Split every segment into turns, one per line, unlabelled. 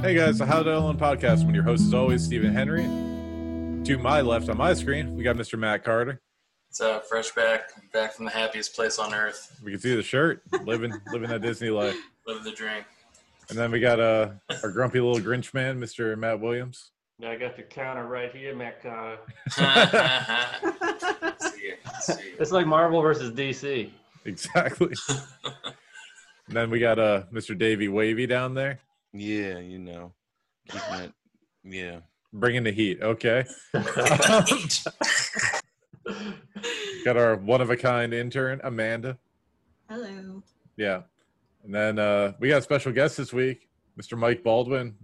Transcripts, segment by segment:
Hey guys, the How to Own podcast. When your host is always Stephen Henry. To my left on my screen, we got Mr. Matt Carter.
It's uh, fresh back, back from the happiest place on earth,
We can see the shirt, living living that Disney life.
living the dream.
And then we got uh, our grumpy little Grinch man, Mr. Matt Williams.
Now I got the counter right here, Matt. uh, Connor.
see you, see you.
It's like Marvel versus DC.
Exactly. and then we got uh, Mr. Davey Wavy down there,
Yeah, you know. keeping it- yeah.
bringing the heat. Okay.
Hello,
Got our one of a kind intern, Amanda.
Hello.
Yeah. And then uh, we got a special guest this week, Mr. Mike Baldwin.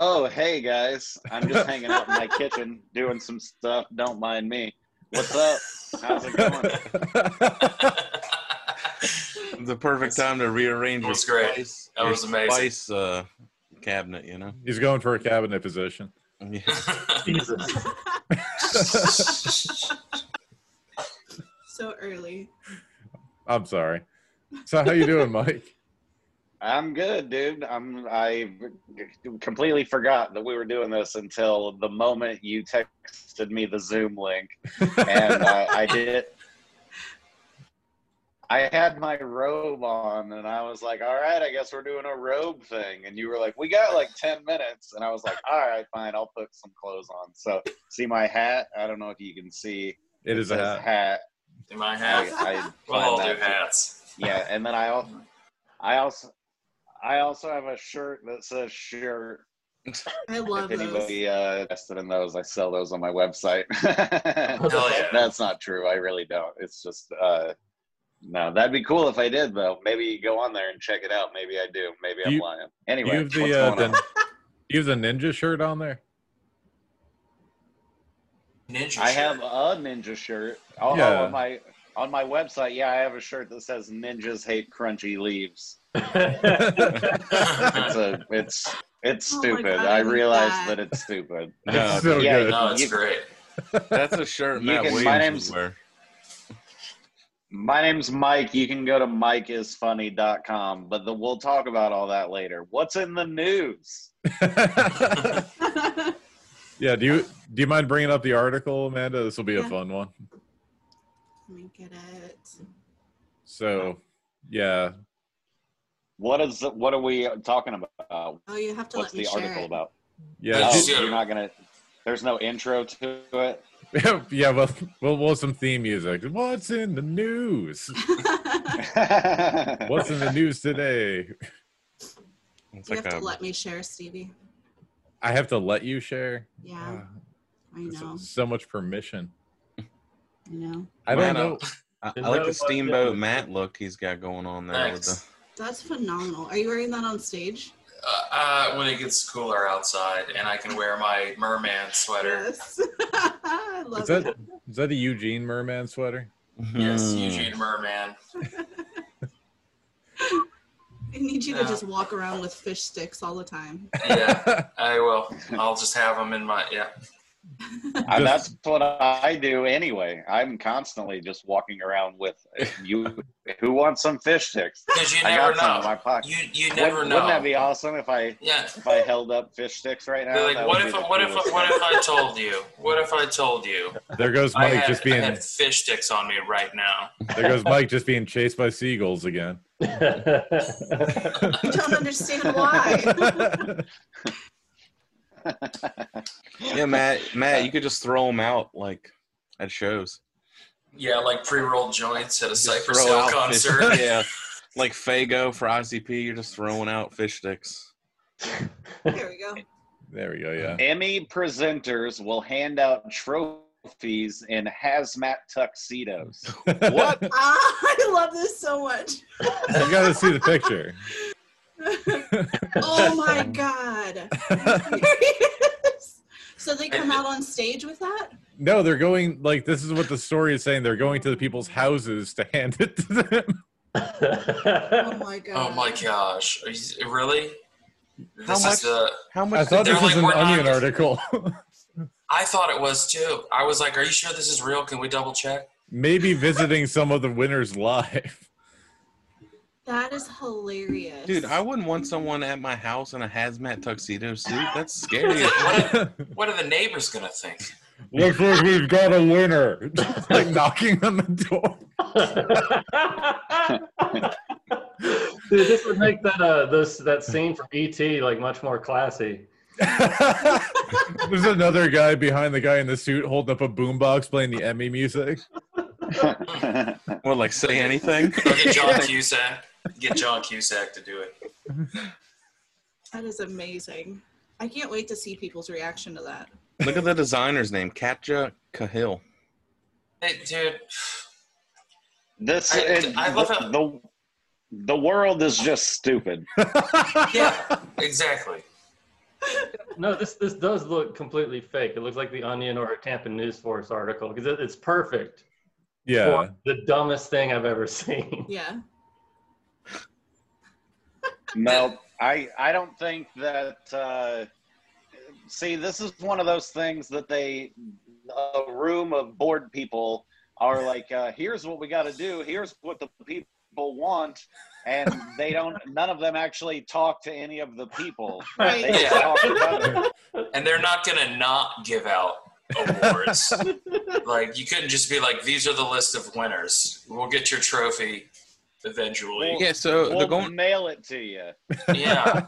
Oh, hey guys. I'm just hanging out in my kitchen doing some stuff. Don't mind me. What's up? How's it going?
The perfect time to rearrange your
That's great.
spice,
That
your
was amazing.
spice uh, cabinet, you know?
He's going for a cabinet position.
Yeah.
Jesus.
So early.
I'm sorry. So how you doing, Mike?
I'm good, dude. I'm I completely forgot that we were doing this until the moment you texted me the Zoom link. And I, I did I had my robe on and I was like, all right, I guess we're doing a robe thing. And you were like, we got like 10 minutes. And I was like, all right, fine, I'll put some clothes on. So, see my hat? I don't know if you can see.
It is a
says
hat.
Am I
I,
hat?
I
We'll all do
find that-
hats.
Yeah, and then I also, I also, I also have a shirt that says shirt.
I love
if
those.
anybody uh, invested in those, I sell those on my website.
Hell yeah.
That's not true. I really don't. It's just, uh, no, that'd be cool if I did though. Maybe you go on there and check it out. Maybe I do. Maybe
Do
I'm
you-
lying.
Do
Anyway,
you have
what's
the, uh,
going on?
the do you have the ninja shirt on there?
Ninja
I have
shirt.
a ninja shirt. Oh,
Yeah.
on my on my website, yeah, I have a shirt that says "Ninjas hate crunchy leaves." it's a it's it's
Oh my
stupid.
God, I
I
hate
realize
that.
that it's stupid.
No,
so
yeah,
good.
no, it's
you-
great.
that's a shirt
You
Matt
can- my name's-
Williams would wear.
My name's Mike. You can go to mikeisfunny.com, but the, we'll talk about all that later. What's in the news?
yeah. Do you do you mind bringing up the article, Amanda? This will be a
Yeah.
fun one.
Let me get it.
So, yeah.
What is what are we talking about?
Oh, you have to
What's
let me
the
share
article
it.
about?
Yeah.
Oh,
Just-
you're not gonna. There's no intro to it.
yeah. Well, we'll we'll have some theme music. What's in the news? What's in the news today?
It's
you
like
have
a,
to let me share, Stevie.
I have to let you share. Ah.
Yeah, I
This is
know.
So much permission.
I know.
I don't
Man, I-
know.
I,
Is
I like
that
the
what-
Steamboat Matt look he's got going on there.
Thanks.
That's phenomenal. Are you wearing that on stage?
Uh, uh, when it gets cooler outside, and I can wear my merman sweater.
Yes. I love
Is that
it.
is that a Eugene Merman sweater?
With the,
Yes,
Hmm.
Eugene Merman.
I need you to
Yeah.
just walk around with fish sticks all the time.
Yeah, I will. I'll just have them in my yeah.
And that's what I do anyway. I'm constantly just walking around with you. Who wants some fish sticks?
Because you
I
never
got some in
know.
my pocket.
You you never
wouldn't,
know.
wouldn't that be awesome if I
yeah.
if I held up fish sticks right now?
They're like,
That
what
would
if
be the
what if
coolest
what
thing.
if I told you? What if I told you?
There goes
I
Mike
had,
just
I
being
had fish sticks on me right now.
there goes Mike just being chased by seagulls again.
I don't understand why.
yeah, Matt, Matt, you could just throw them out like at shows.
Yeah, like pre-rolled joints at a
Just
Cypress
throw
Hill
out fish-
concert.
yeah, like Fago for ICP. You're just throwing out fish sticks.
there we go.
there we go. Yeah.
Emmy presenters will hand out trophies in hazmat tuxedos.
What?
Ah, I love this so much.
you got to see the picture.
oh my god. so they come out on stage with that?
No, they're going like this is what the story is saying. They're going to the people's houses to hand it to them.
Oh my god.
Oh my gosh, Are you- really?
How
This
much-
is the.
How much?
I thought
did
this was
They're like,
an
"We're not
Onion
just-
article.
I thought it was too. I was like, "Are you sure this is real? Can we double check?"
Maybe visiting some of the winners live.
That is hilarious.
Dude, I wouldn't want someone at my house in a hazmat tuxedo suit. That's scary. as fuck.
What are the neighbors gonna think?
Looks like we've got a winner. like knocking on the door.
Dude, this would make that uh, this that scene from ET like much more classy.
There's another guy behind the guy in the suit holding up a boombox playing the Emmy music.
What, like say anything?
Get John Cusack. Get John Cusack to do it.
that is amazing. I can't wait to see people's reaction to that.
Look at the designer's name, Katja Cahill.
Hey, dude.
this
I-
it-
I love how-
the the world is just stupid.
Yeah, exactly.
No, this this does look completely fake. It looks like the Onion or a Tampa News Force article because it, it's perfect
Yeah.
for the dumbest thing I've ever seen.
Yeah.
No, I I don't think that. Uh, see, this is one of those things that they, a room of bored people are like, uh, here's what we got to do. Here's what the people want, and they don't. None of them actually talk to any of the people.
Right.
They just talk about it.
And they're not gonna not give out awards. like you couldn't just be like, these are the list of winners. We'll get your trophy eventually.
Yeah, so
We'll
they're going.
mail it to you.
Yeah.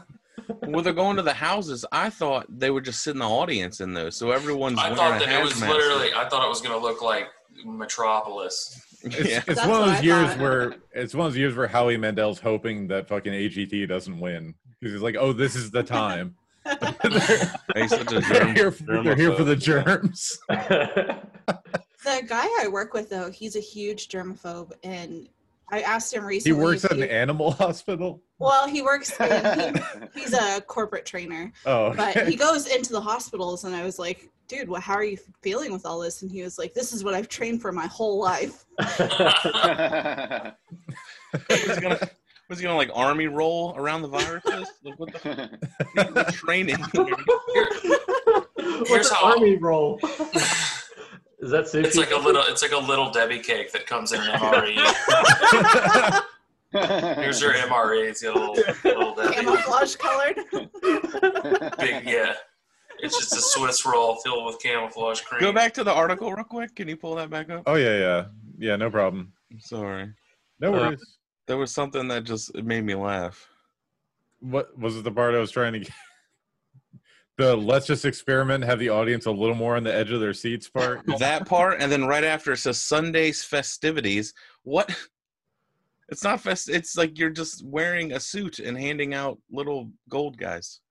Well, they're going to the houses. I thought they would just sit in the audience in those, so everyone's
I
wearing
thought
a
that it was
hazmat
literally. I thought it was gonna look like Metropolis.
suit.
It's,
Yeah.
it's
That's
one of
what
those
I
years
thought.
where it's one of those years where Howie Mandel's hoping that fucking AGT doesn't win because he's like, oh, this is the time. they're,
He's such
they're
a germ-
here for, they're here for the
germaphobe.
germs.
The guy I work with, though, he's a huge germaphobe, and I asked him
He
recently.
works
if
at an
he-
animal hospital.
Well, he works. In, he- he's a corporate trainer,
Oh,
but
okay.
he goes into the hospitals, and I was like, "Dude, well, how are you feeling with all this?" And he was like, "This is what I've trained for my whole life."
was he gonna was he gonna like army roll around the viruses? Like what the fuck? You're training?
What's an
how-
army roll? Is that sushi?
It's like a little. It's like a little Debbie cake that comes in an MRE. Here's your MRE. It's got a little, little Debbie.
Camouflage colored.
Big, yeah. It's just a Swiss roll filled with camouflage cream.
Go back to the article real quick. Can you pull that back up?
oh yeah, yeah, yeah. No problem.
I'm sorry.
No
Uh,
worries.
There was something that just it made me laugh.
what was it? The part I was trying to get. The let's just experiment, have the audience a little more on the edge of their seats part.
That part, and then right after it says Sunday's festivities. What? It's not fest. It's like you're just wearing a suit and handing out little gold guys.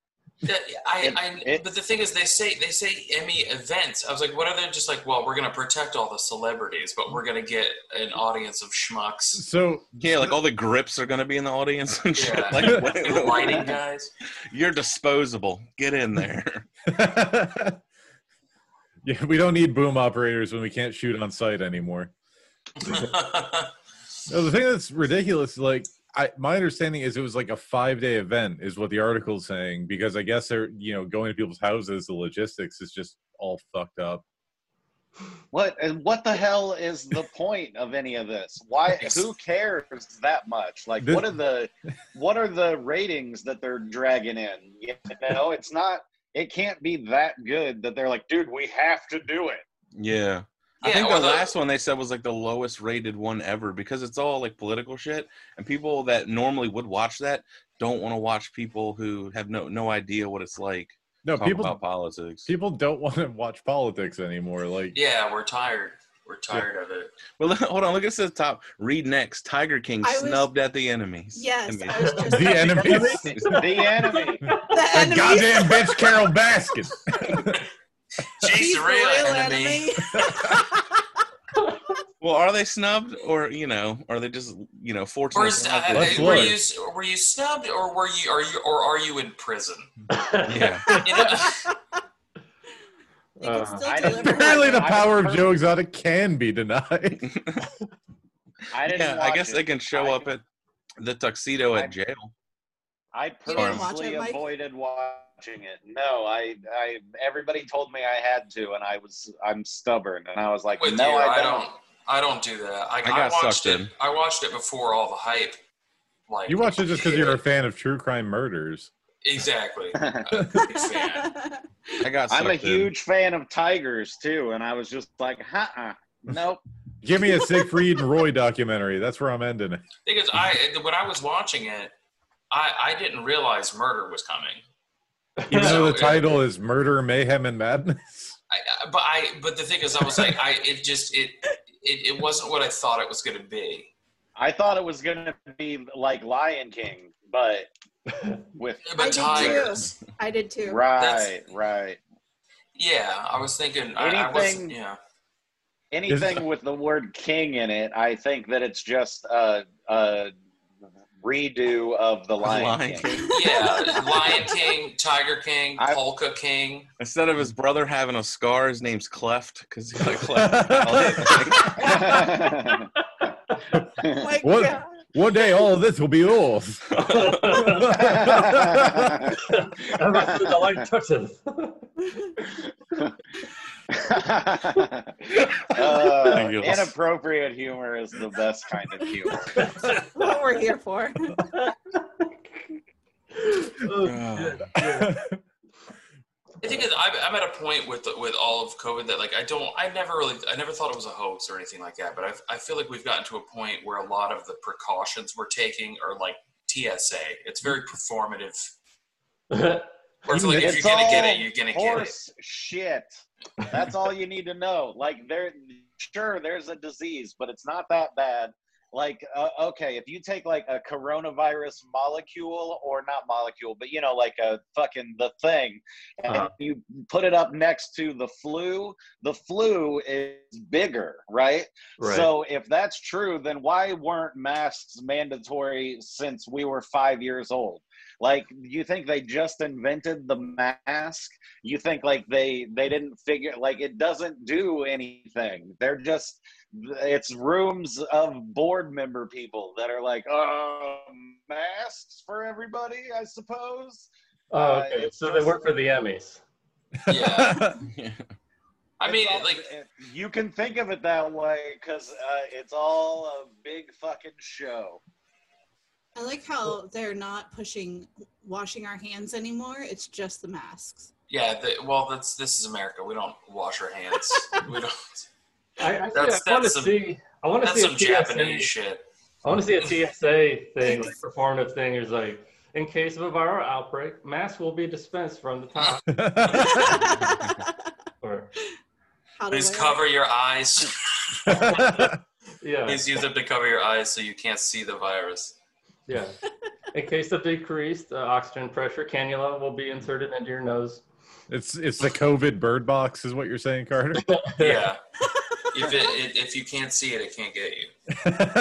Yeah, I, I,
It-
but the thing is, they say they say Emmy events. I was like, what are they? Just like, well, we're gonna protect all the celebrities, but we're gonna get an audience of schmucks.
So
Yeah, like all the grips are gonna be in the audience and shit.
Yeah.
Like,
The
what-
lighting guys.
you're disposable. Get in there.
yeah, we don't need boom operators when we can't shoot on site anymore. No, the thing that's ridiculous, like I, my understanding is it was like a five day event, is what the article's saying, because I guess they're you know going to people's houses, the logistics is just all fucked up.
What and what the hell is the point of any of this? Why? Who cares that much? Like,
This-
what are the what are the ratings that they're dragging in? You know, it's not. It can't be that good that they're like, dude, we have to do it.
Yeah. I
Yeah,
think
or
the
the-
last one they said was like the lowest rated one ever because it's all like political shit and people that normally would watch that don't want to watch people who have no no idea what it's like
No,
talk
people
about politics.
people don't want to watch politics anymore. Like
yeah, we're tired. We're tired of it.
Well, hold on, look at the top. Read next. Tiger King
I was-
snubbed at the enemies.
Yes,
Enemies.
I was just
the enemies,
The enemy.
the
that
enemy.
goddamn bitch Carol Baskin.
She's the real enemy.
Well, are they snubbed or you know, are they just you know
Or
fortunate?
is,
to have
uh,
Let's
the-
were
look.
you s- were you snubbed, or were you are you or are you in prison?
yeah.
You know?
You can still
I
deliver.
Apparently, the
I
power of
heard-
Joe Exotic can be denied.
I didn't.
yeah, I
watch
guess
it.
they can show
I-
up at the tuxedo
I-
at jail.
I
You didn't watch
purposely
it, Mike?
avoided watching it. No, I, I. Everybody told me I had to, and I was. I'm stubborn, and I was like,
with
no,
you.
I
I
don't.
don't. I don't do that. I, I,
got
watched
sucked
it.
in.
I watched it before all the hype Like
You watch it just because you're a fan of true crime murders.
exactly. I'm a big fan.
I got.
I'm a
sucked in.
huge fan of tigers too, and I was just like, huh, nope.
Give me a Siegfried and Roy documentary. That's where I'm ending it.
Because I when I was watching it, I I didn't realize murder was coming.
Even
So,
though
uh,
the title is Murder, Mayhem, and Madness.
I, I- but I but the thing is, I was like, I it just it it, it wasn't what I thought it was going to be.
I thought it was gonna be like Lion King, but with
I did
But tigers,
I did too.
right, right.
yeah, I was thinking. I, I wasn't,
Anything-
yeah,
Anything with the word king in it, I think that it's just a, a redo of the Lion,
Lion
King.
yeah, Lion King, Tiger King,
I-
Polka King.
Instead of his brother having a scar, his name's Cleft because he got cleft.
What?
Oh my
What?
God.
One day all of this will be yours.
Ever since I like Texas.
Uh,
Thank you.
inappropriate humor is the best kind of humor.
what we're here for.
Oh, shit.
The thing is, I'm, I'm at a point with with all of COVID that like I don't, I never really, I never thought it was a hoax or anything like that. But I I feel like we've gotten to a point where a lot of the precautions we're taking are like TSA. It's very performative. Or it's like if
It's
you're gonna get
all
it, you're gonna get it.
Horse shit. That's all you need to know. Like there, sure, there's a disease, but it's not that bad. Like uh, okay, if you take like a coronavirus molecule or not molecule, but you know like a fucking the thing, and
Uh-huh.
you put it up next to the flu, the flu is bigger, right?
Right.
So if that's true, then why weren't masks mandatory since we were five years old? Like you think they just invented the mask? You think like they they didn't figure like it doesn't do anything. They're just it's rooms of board member people that are like, um, masks for everybody, I suppose.
oh, okay. So they work for the Emmys.
Yeah. I
Uh,
It's
mean,
all-
like,
it- you can think of it that way because uh, it's all a big fucking show.
I like how they're not pushing washing our hands anymore. It's just the masks.
yeah. The, well, that's this is America. We don't wash our hands. we don't.
I, actually,
That's-
I want to
that's some-
see. I want to
That's
see
some
a TSA
Japanese shit.
I want to see a TSA thing, like performative thing, is like, in case of a viral outbreak, masks will be dispensed from the top. or
How do
Please
I-
cover your eyes.
yeah,
Please use them to cover your eyes so you can't see the virus.
yeah. In case of decreased uh, oxygen pressure, cannula will be inserted into your nose.
it's it's the COVID bird box, is what you're saying, Carter.
Yeah. if it, it if you can't see it, it can't get you.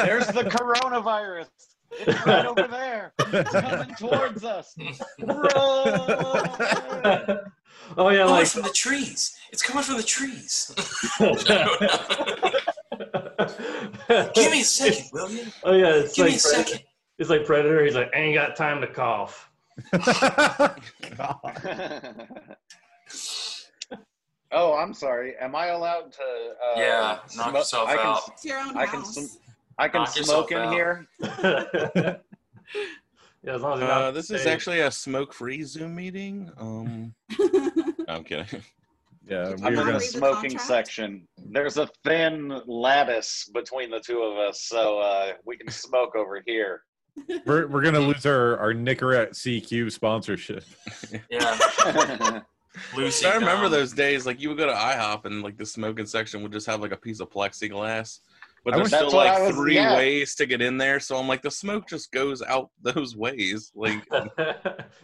There's the coronavirus. It's right over there. It's coming towards us. Run!
oh yeah,
It's coming
like
from the trees. It's coming from the trees. Give me a second, will you?
oh yeah, it's
Give
like
me a second.
it's like predator. He's like, I ain't got time to cough.
God.
oh, I'm sorry. Am I allowed to? Uh,
Yeah, knock
smoke-
yourself
I can,
out.
It's your own
I can
house.
sm- I can
Knock yourself
smoke in
out.
here.
yeah, as long as you're not.
Uh, this is
safe.
actually a smoke-free Zoom meeting. Um, no, I'm kidding.
yeah, we
I'm
were
in the
gonna,
read the
smoking
contract?
section. There's a thin lattice between the two of us, so uh, we can smoke over here.
we're, we're gonna lose our our Nicorette CQ sponsorship.
Yeah, Lucy. um,
I remember
no.
those days. Like you would go to IHOP and like the smoking section would just have like a piece of plexiglass, but
I
there's
wish-
still
That's what
like
I was-
three
yeah.
ways to get in there. So I'm like, the smoke just goes out those ways. Like,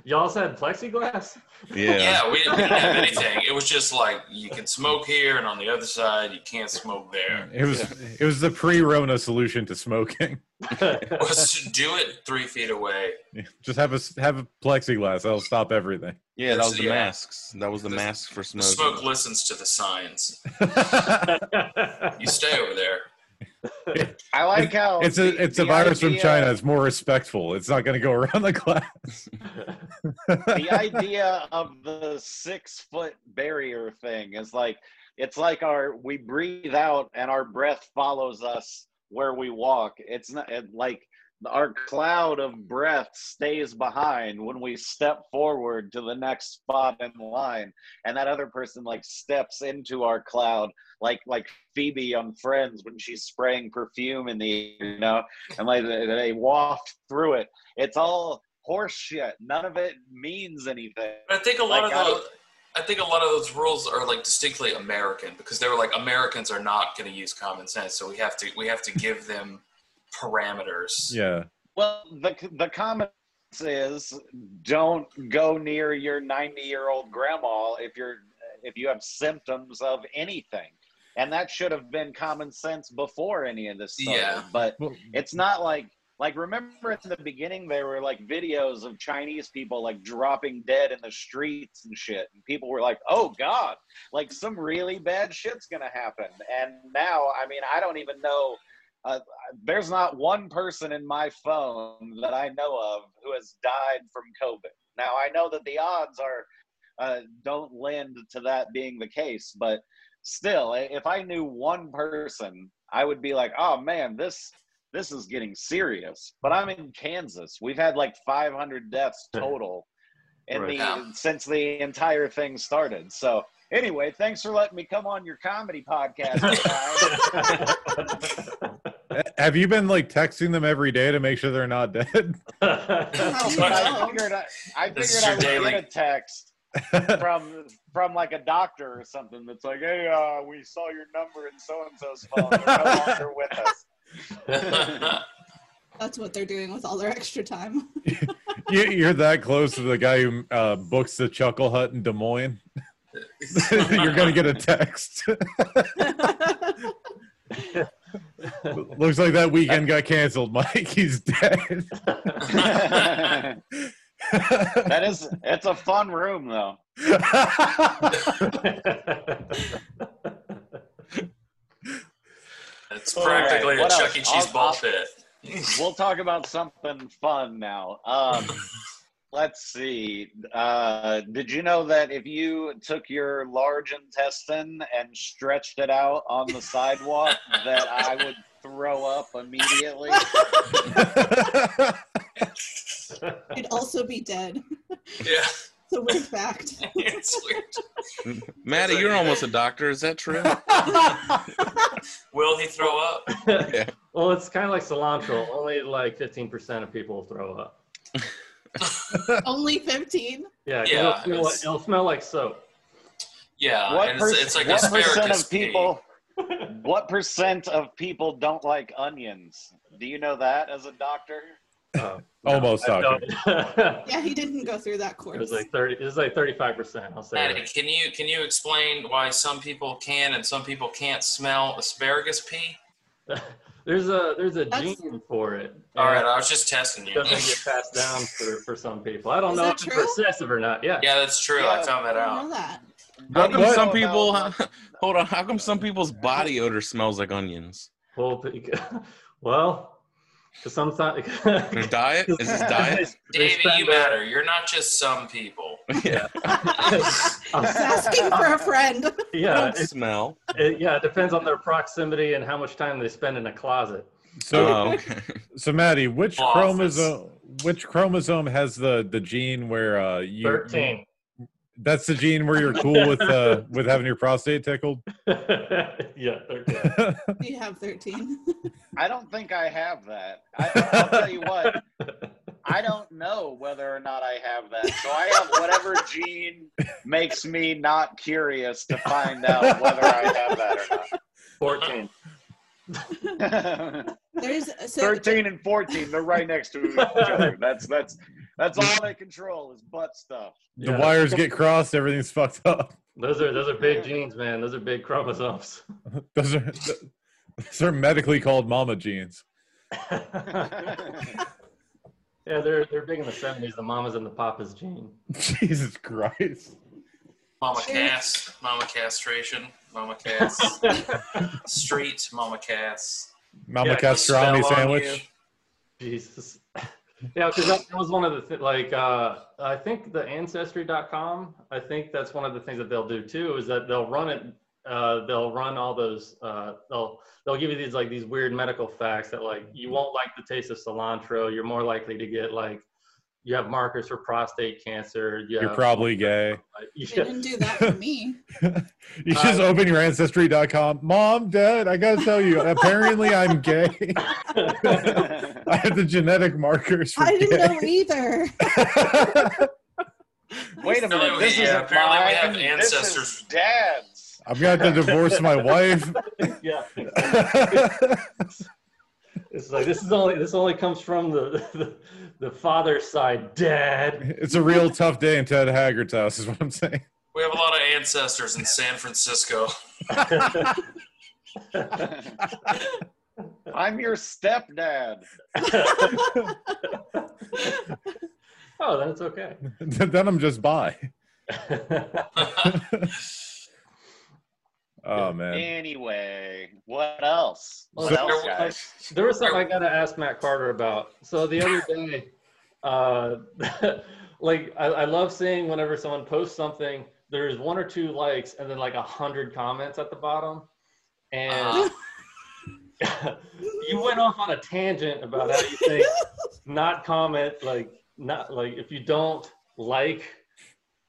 Y'all said plexiglass.
yeah,
Yeah, we didn't, we didn't have anything. It was just like you can smoke here, and on the other side you can't smoke there.
It was it was the pre-Rona solution to smoking.
Was to do it three feet away.
Just have a s- have a plexiglass. That'll stop everything.
yeah. That
That's-
was the
yeah.
masks. That was the
The-
mask for
The
smoking.
smoke listens to the signs. You stay over there.
I like how
It's a
the-
it's a
the
virus from
idea-
China. It's more respectful. It's not going to go around the glass.
the idea of the six foot barrier thing is like it's like our we breathe out and our breath follows us where we walk it's not it, like our cloud of breath stays behind when we step forward to the next spot in line and that other person like steps into our cloud like like phoebe on friends when she's spraying perfume in the you know and like they, they waft through it it's all horse shit none of it means anything
But I think a lot
Like, I
of
don't-
those, I think a lot of those rules are like distinctly American because they were like Americans are not going to use common sense, so we have to we have to give them parameters.
Yeah.
Well, the the comment is don't go near your 90 year old grandma if you're if you have symptoms of anything, and that should have been common sense before any of this. Started.
Yeah.
but
Well,
it's not like like remember in the beginning there were like videos of Chinese people like dropping dead in the streets and shit, and people were like, "Oh God, like some really bad shit's gonna happen." And now, I mean, I don't even know uh, there's not one person in my phone that I know of who has died from COVID. Now I know that the odds are uh, don't lend to that being the case, but still, i- if I knew one person, I would be like, "Oh man, this this is getting serious." But I'm in Kansas. We've had like 500 deaths total in
Right.
the
Yeah.
since the entire thing started. So. Anyway, thanks for letting me come on your comedy podcast. guys.
a- have you been like texting them every day to make sure they're not dead?
Oh,
But
no.
I figured I, I,
This
figured
is
I
your
would
daily-
get a text from from like a doctor or something that's like, "Hey, uh, we saw your number in so and so's phone. They're no longer with us."
That's what they're doing with all their extra time.
you, you're that close to the guy who uh, books the Chuckle Hut in Des Moines. you're gonna get a text. Looks like that weekend got canceled, Mike. He's dead.
that is, it's a fun room though.
it's
All right,
practically
what
a
else?
Chuck E. Cheese
I'll-
ball
I'll-
pit.
We'll talk about something fun now. Um, let's see. Uh, did you know that if you took your large intestine and stretched it out on the sidewalk, that I would throw up immediately?
You'd also be dead.
yeah,
It's a weird fact.
it's weird.
Maddie, you're almost a doctor. Is that true?
Will he throw up?
well, it's kind of like cilantro. Only like 15% of people will throw up.
Only 15?
Yeah, 'cause
Yeah,
it'll, smell like,
it's-
it'll smell like soap.
Yeah,
what
and
per-
it's, it's like
what
asparagus
percent of
pee.
people? what percent of people don't like onions? Do you know that as a doctor?
Oh,
Almost
I
doctor.
don't-
Yeah, he didn't go through that course.
it was like 30. It was like 35%. I'll say
Maddie,
that.
can you can you explain why some people can and some people can't smell asparagus pee?
There's a there's a
That's-
gene for it.
All right,
and
I was just testing
It
you.
doesn't get passed down for, for some people. I don't
Is
know
that
if it's
true?
recessive or not. Yeah.
yeah, that's true. I
Yeah.
found
I
that
don't know
out.
that.
How
What-
come
what-
some
about,
people?
like-
Hold on. How come some people's body odor smells like onions?
Well, be- well, sometimes
Their diet is this diet.
Davey, you matter. You're not just some people.
Yeah,
He's asking for a friend.
I
yeah,
don't
it,
smell.
it- yeah. It depends on their proximity and how much time they spend in a closet.
So,
Oh, okay.
so Maddie, which
Office.
chromosome? Which chromosome has the the gene where uh, you?
Thirteen.
That's the gene where you're cool with uh, with having your prostate tickled.
yeah, thirteen.
You have 13.
I don't think I have that. I, I'll tell you what. I don't know whether or not I have that. So I have whatever gene makes me not curious to find out whether I have that
Fourteen.
or not.
There's so
13 and 14 they're right next to each other that's that's that's all they control is butt stuff
The
Yeah.
wires get crossed. Everything's fucked up.
Those are those are big genes, man. Those are big chromosomes.
Those are those are medically called mama jeans.
yeah, they're they're big in the seventies. The mamas and the papas gene.
Jesus Christ.
Mama
Sure.
Cass, Mama Castration, Mama Cass, Street, Mama Cass.
Mama
Yeah,
pastrami
spell on you.
sandwich.
Jesus. Yeah, because that that was one of the th- like uh, I think the ancestry.com. I think that's one of the things that they'll do too is that they'll run it uh, they'll run all those. Uh, they'll they'll give you these like these weird medical facts that like you won't like the taste of cilantro. You're more likely to get like you have markers for prostate cancer. You
You're
have-
probably gay.
you
They didn't do that for me.
You
Uh,
just open your ancestry.com. Mom, dad, I gotta tell you, apparently I'm gay. I have the genetic markers for
I didn't
gay.
know either.
Wait a minute. This
yeah,
isn't
apparently we have
mine. This is
ancestors.
dad's.
I'm gonna have to divorce my wife.
yeah, it's like this is only this only comes from the the, the father's side, dad.
it's a real tough day in Ted Haggard's house, is what I'm saying.
We have a lot of ancestors in San Francisco.
I'm your stepdad.
Oh, that's okay.
then I'm just bi. Oh man.
Anyway, what else?
Well,
What
there
else,
was-
guys?
There was something I gotta ask Matt Carter about. So the other day, uh, like I, I love seeing whenever someone posts something, there's one or two likes and then like a hundred comments at the bottom. And
Uh,
Uh-huh.
you went off on a tangent about how you think not comment like not like if you don't like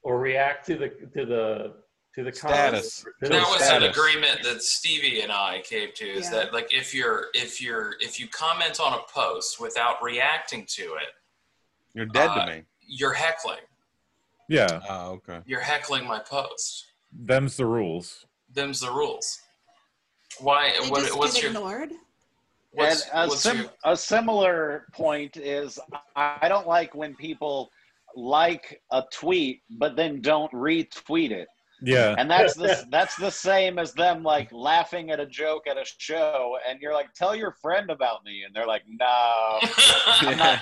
or react to the to the to the comments,
Status.
to the
that was an
status.
agreement that Stevie and I came to is
Yeah.
that like if you're if you're if you comment on a post without reacting to it,
You're dead
Uh,
to me.
you're heckling.
Yeah.
Oh, okay.
You're heckling my post.
Them's the rules.
Them's the rules. Why
They
what,
just
what's
get
your
ignored.
And
what's,
a,
what's
sim-
your
a similar point is I I don't like when people like a tweet but then don't retweet it.
Yeah.
And that's the that's the same as them like laughing at a joke at a show and you're like tell your friend about me and they're like no. I'm not,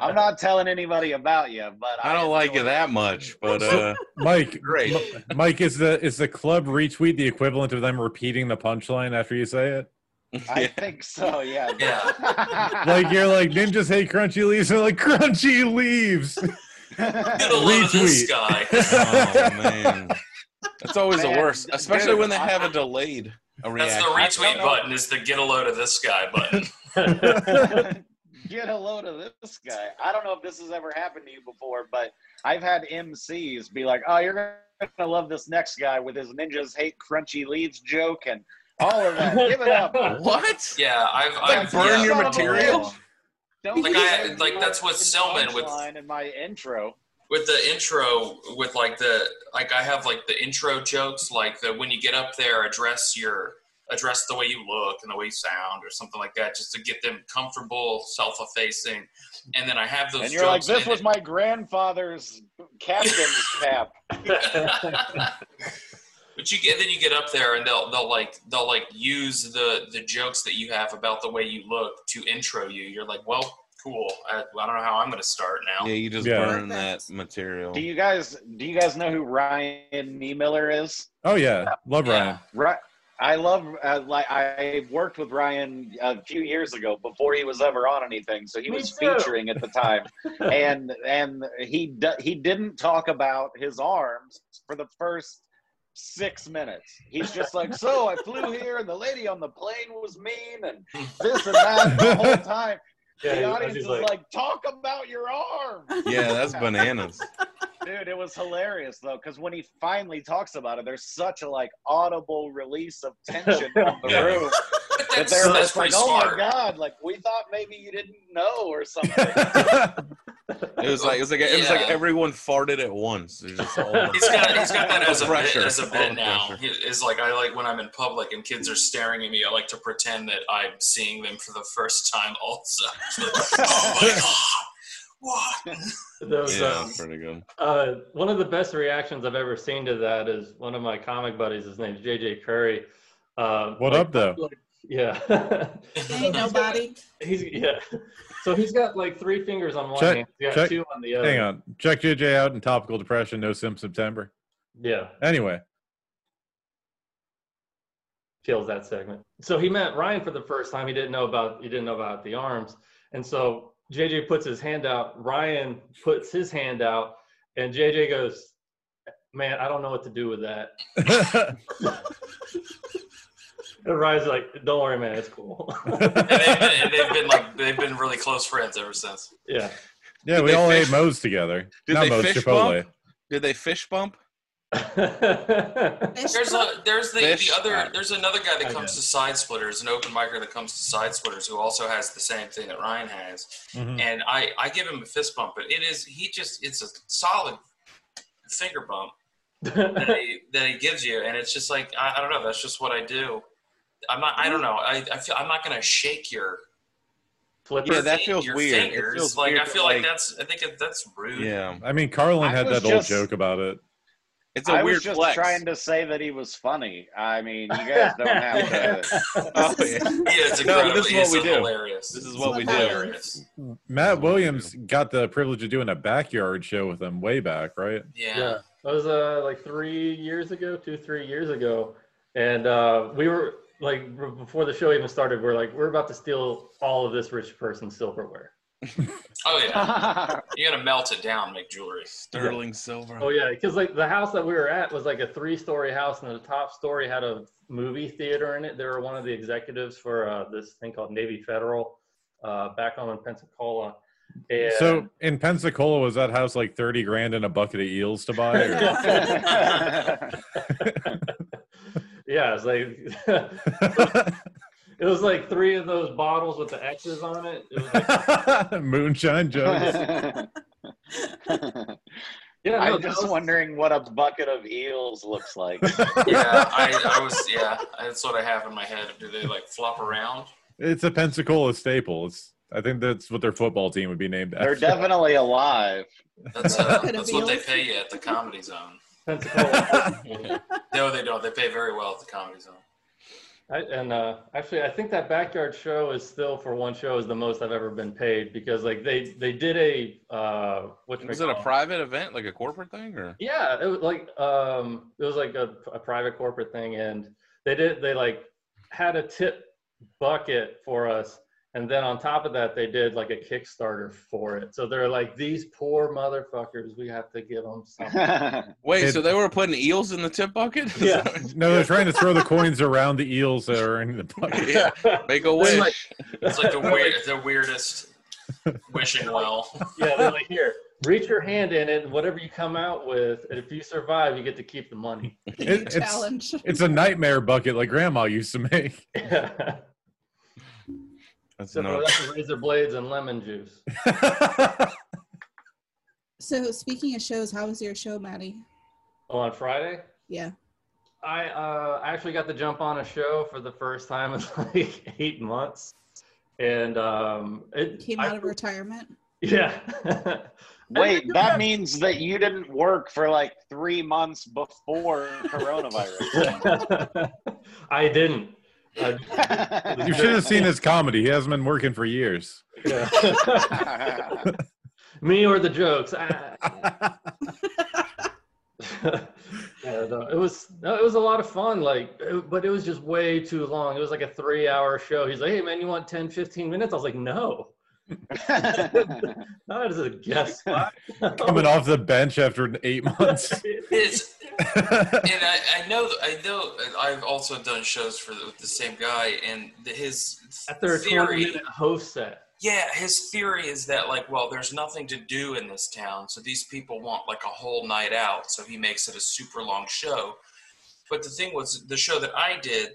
I'm not telling anybody about you, but
I don't like you that much, but uh,
Mike,
great.
Mike, is the is the club retweet the equivalent of them repeating the punchline after you say it?
I
Yeah.
think so. Yeah.
Like you're like ninjas hate crunchy leaves, and they're like crunchy leaves.
Get a load of this
Retweet.
guy.
Oh man, that's always
Man,
the worst,
dude,
especially when they
I-
have
I-
a delayed a
That's the
reaction.
retweet
know.
button is the get a load of this guy button.
Get a load of this guy. I don't know if this has ever happened to you before, but I've had MCs be like, "Oh, you're gonna love this next guy with his ninjas hate crunchy leaves joke and all of that. Give it up.
what?
Yeah, I've I've
Like burn
yeah.
your
Son of a
material.
bitch. Don't
Like
use
I-
my
like that's what Selman would-
punchline in my intro.
with the intro with like the like i have like the intro jokes like the when you get up there address your address the way you look and the way you sound or something like that just to get them comfortable self-effacing and then i have those
And you're like,
jokes
"This
in
was
it."
my grandfather's captain's cap."
but you get then you get up there and they'll they'll like they'll like use the the jokes that you have about the way you look to intro you you're like well cool i, I don't know how i'm gonna start now
Yeah, you just
Yeah.
burn that material.
Do you guys do you guys know who Ryan Miller is?
Oh yeah, love
Yeah.
Ryan.
Right. I love uh, like I worked with Ryan a few years ago before he was ever on anything, so he
Me
was
too.
featuring at the time, and and he d- he didn't talk about his arms for the first six minutes. He's just like, so I flew here, and the lady on the plane was mean, and this and that the whole time. the
Yeah, I was
audience is
just
like,
like,
talk about your arm.
Yeah, that's bananas.
Dude, it was hilarious though, because when he finally talks about it, there's such a like audible release of tension from the
Yeah.
room
but
that
that's,
they're
that's
just
pretty
like, "Oh my
smart
god!" Like we thought maybe you didn't know or something.
It was like it was like it was like
Yeah.
everyone farted at once. They're just all
He's got he's got that as a bit,
Pressure.
as a
All the
bit now.
pressure.
He- It's like I like when I'm in public and kids are staring at me. I like to pretend that I'm seeing them for the first time. Also, oh my god, what?
those,
yeah,
um,
pretty good.
Uh, one of the best reactions I've ever seen to that is one of my comic buddies. His name's JJ Curry. Uh,
What
like-
up though?
Yeah,
Ain't nobody.
he's yeah. So he's got like three fingers on one
Check,
hand. He's got
check.
two on the other.
Hang on. Check JJ out in topical depression, no sim September.
Yeah,
Anyway.
kills that segment. So he met Ryan for the first time. He didn't know about he didn't know about the arms, and so JJ puts his hand out. Ryan puts his hand out, and JJ goes, man, I don't know what to do with that. And Ryan's like, don't worry, man, it's cool.
And they've, been, and they've been like they've been really close friends ever since.
yeah.
yeah,
Did
we
they
all
fish-
ate Moe's together.
Did
Not
they
Moe's,
fish
Chipotle.
bump? Did they fish bump?
yeah.
There's a there's the,
Fish.
the other there's another guy that
I
comes
know.
to side splitters, an open micer that comes to side splitters who also has the same thing that Ryan has.
Hmm.
Mhm.
And I I give him a fist bump, but it is he just it's a solid finger bump that he that he gives you, and it's just like I, I don't know. That's just what I do. I'm not. I don't know. I, I feel I'm not gonna shake your
Flipper.
Yeah, that feels
your
weird. It
fingers.
feels
like
weird
I
to,
feel like,
like-
that's I think it, that's rude.
Yeah,
I mean, Carlin
I
had
was
that old
just-
joke about it.
it's a
I
weird
was just
flex.
trying to say that he was funny. I mean, you guys don't have to.
Oh, yeah.
Yeah, it's
No,
incredible.
but this is what
it's
we do.
hilarious.
This is
what
what we
we
do.
hilarious.
Oh,
Matt Williams got the privilege of doing a backyard show with them way back, right?
Yeah.
Yeah, that was uh, like three years ago, two, three years ago, and uh, we were like b- before the show even started, we're like we're about to steal all of this rich person's silverware.
Oh yeah.
that.
You're gonna melt it down, and make jewelry.
Sterling Silver.
Oh yeah, because like the house that we were at was like a three-story house, and the top story had a movie theater in it. They were one of the executives for uh, this thing called Navy Federal, uh, back home in Pensacola. And
So in Pensacola, was that house like thirty grand and a bucket of eels to buy? Or?
yeah, it's like it was like three of those bottles with the X's on it. It was like,
Moonshine jokes.
yeah, no,
I'm
that
just
was-
wondering what a bucket of eels looks like.
Yeah, I, I was. Yeah, that's what I have in my head. Do they like flop around?
It's a Pensacola staple. It's, I think that's what their football team would be named
They're
after.
definitely alive.
That's uh,
Could it
that's
be
what they
yours?
pay you at the comedy zone.
Pensacola.
No, they don't. They pay very well at the comedy zone.
I, and uh, actually, I think that backyard show is still for one show is the most I've ever been paid because like they they did a uh, what
was it a private event, like a corporate thing, or
yeah it was like um it was like a, a private corporate thing and they did they like had a tip bucket for us and then on top of that they did like a Kickstarter for it so they're like these poor motherfuckers we have to give them something
wait?
It-
so they were putting eels in the tip bucket?
Yeah.
No, they're trying to throw the coins around the eels that are in the bucket.
yeah. Make a
It's
wish.
like-
It's like the weird, the weirdest wishing well.
yeah they're like here reach your hand in it and whatever you come out with and if you survive you get to keep the money.
It- it's-
challenge.
It's a nightmare bucket like Grandma used to make.
That's
Except for
nuts.
that's razor blades and lemon juice.
So speaking of shows, how was your show, Maddie?
Oh, on Friday,
Yeah.
I uh, actually got to jump on a show for the first time in like eight months, and um, it
Came
I-
out of retirement.
Yeah,
Wait, that means that you didn't work for like three months before coronavirus.
I didn't. I-
you should have seen his comedy. He hasn't been working for years.
yeah. Me or the jokes. I- yeah, no, it was no, it was a lot of fun like it- but it was just way too long it was like a three hour show he's like hey man you want 10 15 minutes i was like no not as a guest spot."
Coming off the bench after eight months.
It's and I, I know I know I've also done shows for the, with the same guy and the, his
after a 20
theory.
minute host set
Yeah, his theory is that like, well, there's nothing to do in this town, so these people want like a whole night out, so he makes it a super long show. But the thing was, the show that I did,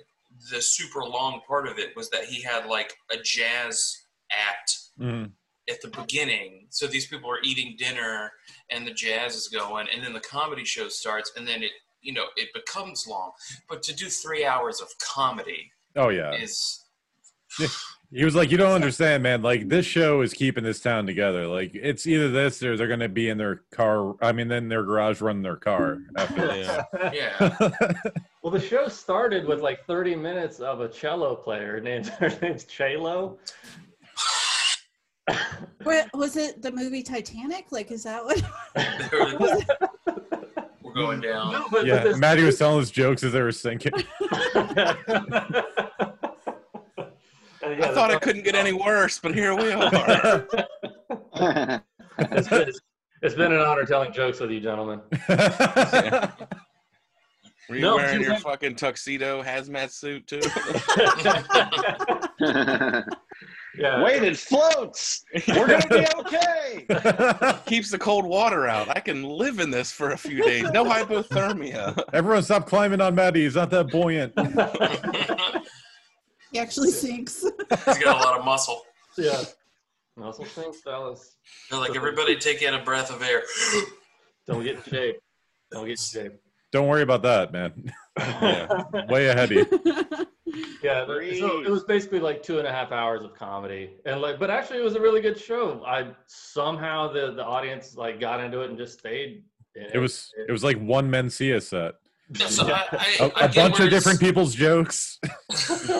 the super long part of it was that he had like a jazz act
Mhm.
at the beginning. So these people are eating dinner and the jazz is going and then the comedy show starts and then it you know, it becomes long. But to do three hours of comedy
Oh, yeah.
is
He was like, "You don't understand, man. Like this show is keeping this town together. Like it's either this or they're gonna be in their car. I mean, then their garage running their car after this."
Yeah.
yeah.
well the show started with like 30 minutes of a cello player named her name's chelo
What, was it the movie Titanic? Like, is that what?
We're going down.
No, but- but
Yeah,
this-
Maddie was telling us jokes as they were sinking.
And yeah,
I thought
the-
it couldn't get any worse, but here we are.
it's, it's, It's been an honor telling jokes with you, gentlemen.
Were you
No,
wearing
she's
your
like-
fucking tuxedo hazmat suit too?
yeah.
Wait, it floats. We're gonna be okay.
Keeps the cold water out. I can live in this for a few days. No hypothermia.
Everyone, stop climbing on Maddie. He's not that buoyant.
He actually sinks.
He's got a lot of muscle.
yeah. Muscle things, Dallas.
They're like, everybody take in a breath of air.
Don't get in shape. Don't get in shape.
Don't worry about that, man.
Yeah.
Way ahead of you.
Yeah, but- so
Breathe.
it was basically like two and a half hours of comedy, and like, but actually, it was a really good show. I somehow the the audience like got into it and just stayed. in
It was it was like one Mencia set.
So I, I,
A,
I
a bunch
get where
of
it's-
different people's jokes.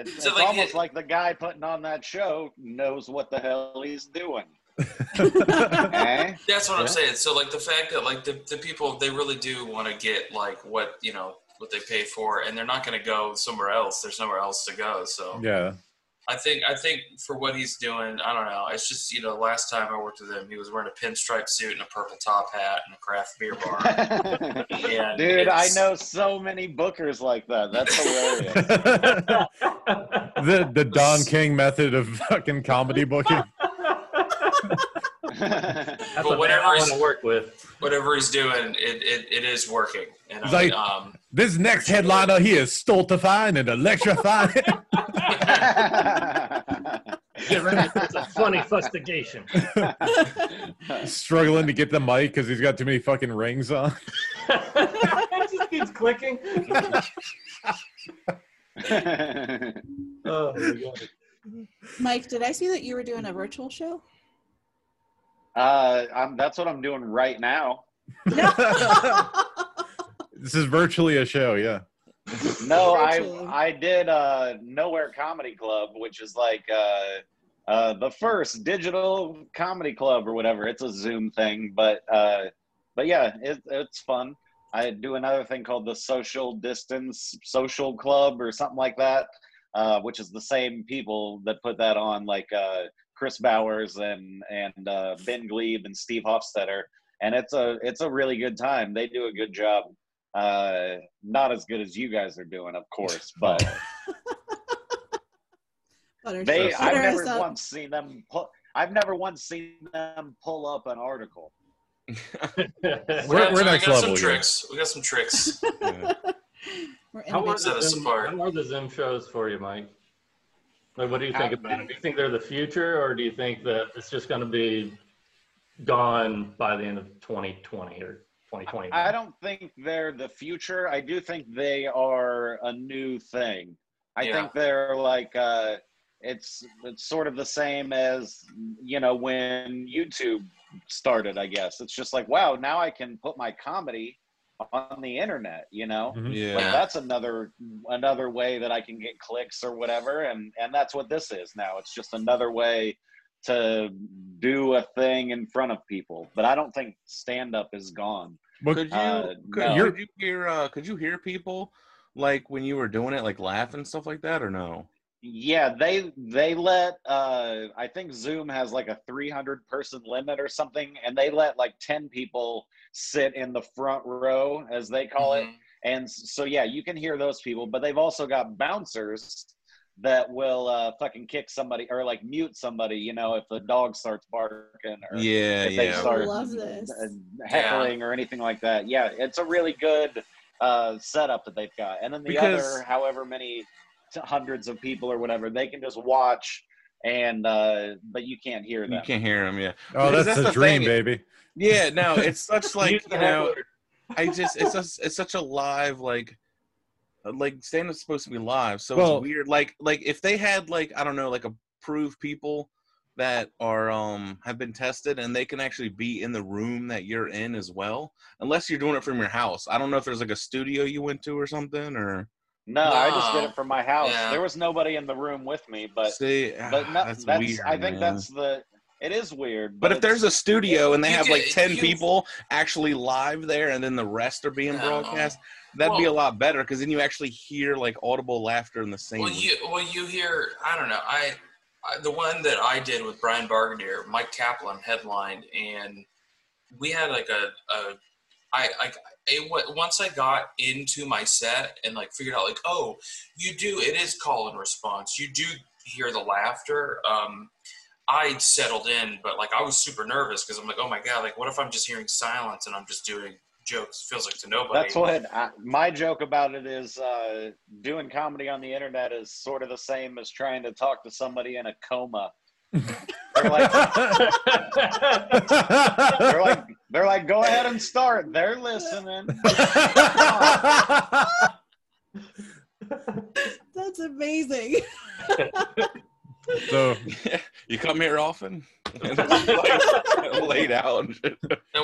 It's,
So,
it's
like,
almost
it-
like the guy putting on that show knows what the hell he's doing. eh?
That's what I'm
Yeah.
saying. So like the fact that like the, the people they really do want to get like what you know what they pay for, and they're not going to go somewhere else. There's nowhere else to go. So
yeah.
I think I think for what he's doing, I don't know. It's just you know, last time I worked with him, he was wearing a pinstripe suit and a purple top hat and a craft beer bar. Yeah,
Dude, I
it's-
know so many bookers like that. That's hilarious.
the the Don King method of fucking comedy booking.
That's
But
a man
whatever
I
is-
want to work with.
Whatever he's doing, it, it, it is working. And I,
Like-
um,
This next headliner here is stultifying and electrifying.
um,
Get ready. It's a funny fustigation.
Struggling to get the mic because he's got too many fucking rings on.
it just keeps clicking. Oh, my God.
Mike, did I see that you were doing a virtual show?
uh, I'm, that's what I'm doing right now.
This is virtually a show, yeah.
No,
Virtually.
I I did uh, Nowhere Comedy Club, which is like uh, uh, the first digital comedy club or whatever. It's a Zoom thing, but uh, but yeah, it, it's fun. I do another thing called the Social Distance Social Club or something like that, uh, which is the same people that put that on, like uh, Chris Bowers and and uh, Ben Glebe and Steve Hofstetter, and it's a it's a really good time. They do a good job. Uh, not as good as you guys are doing, of course, but
Butter-
they I've
butter
never
us up.
once seen them pull I've never once seen them pull up an article.
We're-
got-
we're
we
next
got
level
some
here.
tricks. We got some tricks.
Yeah.
We're
How are,
enemies.
Set
the
us
Zoom,
apart.
how are the Zoom shows for you, Mike? Like, what do you think
Uh,
about it? Do you think they're the future, or do you think that it's just going to be gone by the end of 2020 or 2020?
I don't think they're the future. I do think they are a new thing. I
Yeah.
think they're like uh it's it's sort of the same as you know when YouTube started, I guess. It's just like, wow, now I can put my comedy on the internet, you know? Like
yeah.
that's another another way that I can get clicks or whatever, and and that's what this is now. It's just another way to do a thing in front of people. But I don't think stand up is gone.
What-
Could you
Uh,
could,
no.
could you hear uh, could you hear people like when you were doing it like laugh and stuff like that or no?
Yeah, they they let uh I think Zoom has like a 300 person limit or something, and they let like 10 people sit in the front row as they call it.
Mhm.
And s- so, yeah, you can hear those people, but they've also got bouncers that will uh, fucking kick somebody or like mute somebody, you know, if the dog starts barking or
Yeah,
if they
yeah.
saw-
start
Love this.
uh, heckling or anything like that. Yeah, it's a really good uh, setup that they've got. And then the
Because-
other, however many t- hundreds of people or whatever, they can just watch and, uh, but you can't hear
You
them.
can't hear them, yeah.
oh, that's,
That's
the,
the
dream,
thing.
baby.
Yeah, no, it's such
Use
like
the
you know,
heckler.
I just it's just it's such a live like like stand up's supposed to be live, so
Well-
it's weird. Like like if they had like I don't know like approved people that are um have been tested and they can actually be in the room that you're in as well, unless you're doing it from your house. I don't know if there's like a studio you went to or something or
No, I just did
No.
it from my house.
Yeah.
There was nobody in the room with me, but
see. ah,
but no, that's,
that's, weird.
I think
man.
that's the. It is weird.
But if there's a studio and they
You
have
could-
like ten
you-
people actually live there, and then the rest are being
Yeah.
broadcast, that'd be a
Well-
lot better because then you actually hear like audible laughter in the same.
Well, you well you hear. I don't know. I I- the one that I did with Brian Barganier, Mike Kaplan headlined, and we had like a, a I, I it, wa- once I got into my set and like figured out like oh you do it is call and response you do hear the laughter. Um, I settled in, but like I was super nervous because I'm like oh my god like what if I'm just hearing silence and I'm just doing jokes feels like to nobody.
That's what I, my joke about it is. Uh, doing comedy on the internet is sort of the same as trying to talk to somebody in a coma. they're like, they're like, they're like, go ahead and start. They're listening.
That's amazing.
so
you come here often? And it's like laid out.
And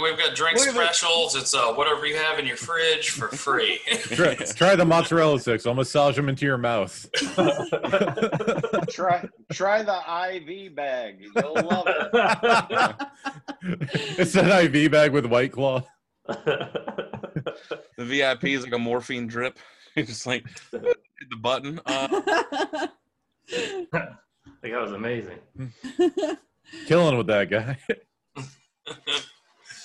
we've got drink
Look at this.
specials. It's uh, whatever you have in your fridge for free.
try, try the mozzarella sticks. I'll massage them into your mouth.
try, try the IV bag. You'll love it.
it's an IV bag with white claw.
The VIP is like a morphine drip. It's just like hit the button. Uh,
Like, that was amazing.
killing with that guy.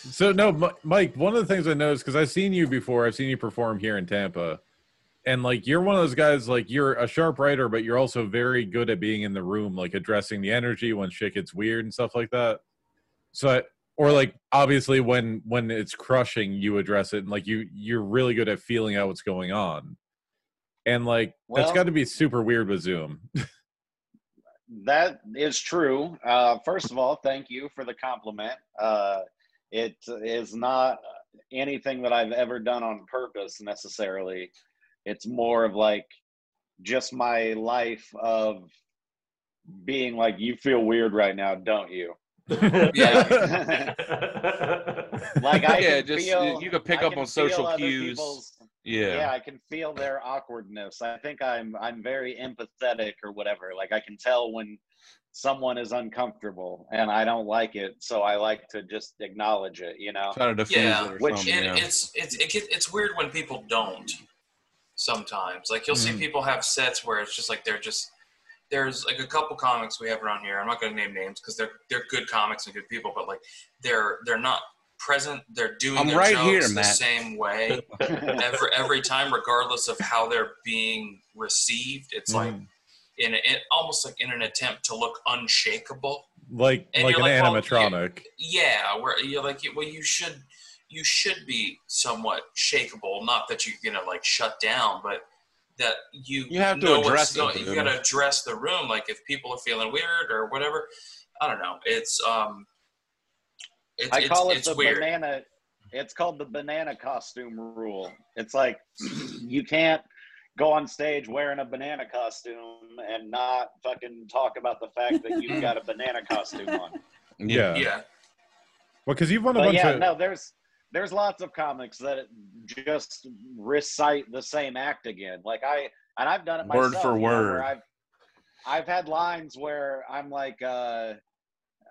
so no, Mi- Mike. One of the things I noticed because I've seen you before, I've seen you perform here in Tampa, and like you're one of those guys. Like you're a sharp writer, but you're also very good at being in the room, like addressing the energy when shit gets weird and stuff like that. So, I, or like obviously when when it's crushing, you address it, and like you you're really good at feeling out what's going on. And like that's
Well-
got to be super weird with Zoom.
That is true. Uh, first of all, thank you for the compliment. Uh, it is not anything that I've ever done on purpose necessarily. It's more of like just my life of being like, you feel weird right now, don't you?
yeah.
like I
Yeah,
can
just-
feel,
you can pick
I
up on social
feel other
cues.
people's-
yeah.
yeah i can feel their awkwardness i think i'm i'm very empathetic or whatever like i can tell when someone is uncomfortable and i don't like it so i like to just acknowledge it you know
Try to diffuse
Yeah,
it or
which-
something.
And
yeah.
it's it's it get, it's weird when people don't. Sometimes, like you'll see
Mm-hmm.
Mhm.
people have sets where it's just like they're just there's like a couple comics we have around here. I'm not going to name names because they're they're good comics and good people, but like they're they're not present. They're doing
I'm
their
right
jokes
here,
the
Matt.
same way every every time, regardless of how they're being received. It's like
Mm.
in, a, in almost like in an attempt to look unshakable.
like
And
like an
you're like, well,
animatronic.
yeah where you're like well you should you should be somewhat shakeable not that you're gonna like shut down but that you
You have to
know
address
what's going-
it,
you
dude.
gotta address the room like if people are feeling weird or whatever i don't know it's um it's,
i
it's,
call it
it's
the
weird
banana it's called the banana costume rule it's like you can't go on stage wearing a banana costume and not fucking talk about the fact that you've got a banana costume on
Yeah.
yeah
Well, because you've won a
but
bunch
yeah,
of
no, there's there's lots of comics that just recite the same act again. Like I and I've done it
Word
myself,
for
you know, where
word.
I've I've had lines where I'm like, uh,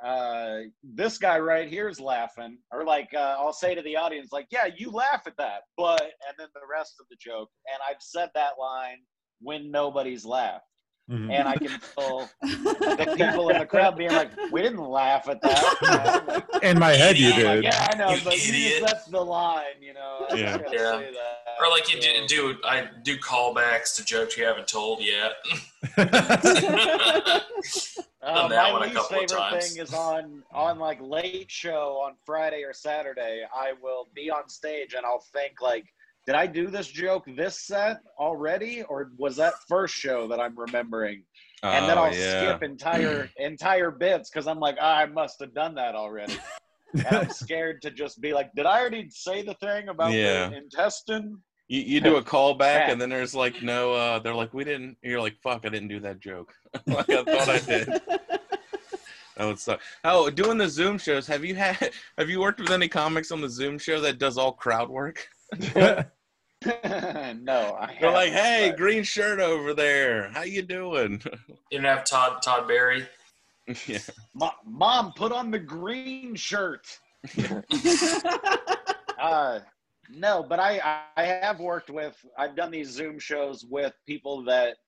uh, this guy right here is laughing, or like uh, I'll say to the audience, like, yeah, you laugh at that, but and then the rest of the joke, and I've said that line when nobody's laughed,
Mhm.
and I can feel the people in the crowd being like, we didn't laugh at that. you know, like,
in my head you
Yeah,
I'm
did.
like, yeah, I know,
You
but you
idiot.
just, that's the line, you know. I
Yeah.
was gonna
Yeah.
say that.
or like you do,
So-
do i do callbacks to jokes you haven't told yet
Uh,
done that
my
one a
least
couple of
favorite
times.
thing is on on like late show on Friday or Saturday. I will be on stage and I'll think like, did I do this joke this set already, or was that first show that I'm remembering? And then
Oh,
I'll
yeah.
skip entire entire bits because I'm like, "Ah, I must have done that already. and I'm scared to just be like, did I already say the thing about
Yeah.
the intestine?
You, you do a callback
Yeah.
and then there's like no uh they're like we didn't you're like fuck I didn't do that joke like I thought I did that would suck oh doing the Zoom shows have you had have you worked with any comics on the Zoom show that does all crowd work
no, I
they're
haven't,
like hey
but-
green shirt over there how you doing
you don't have todd todd barry
yeah
Mo- Mom, put on the green shirt. Uh, no, but I I have worked with I've done these Zoom shows with people that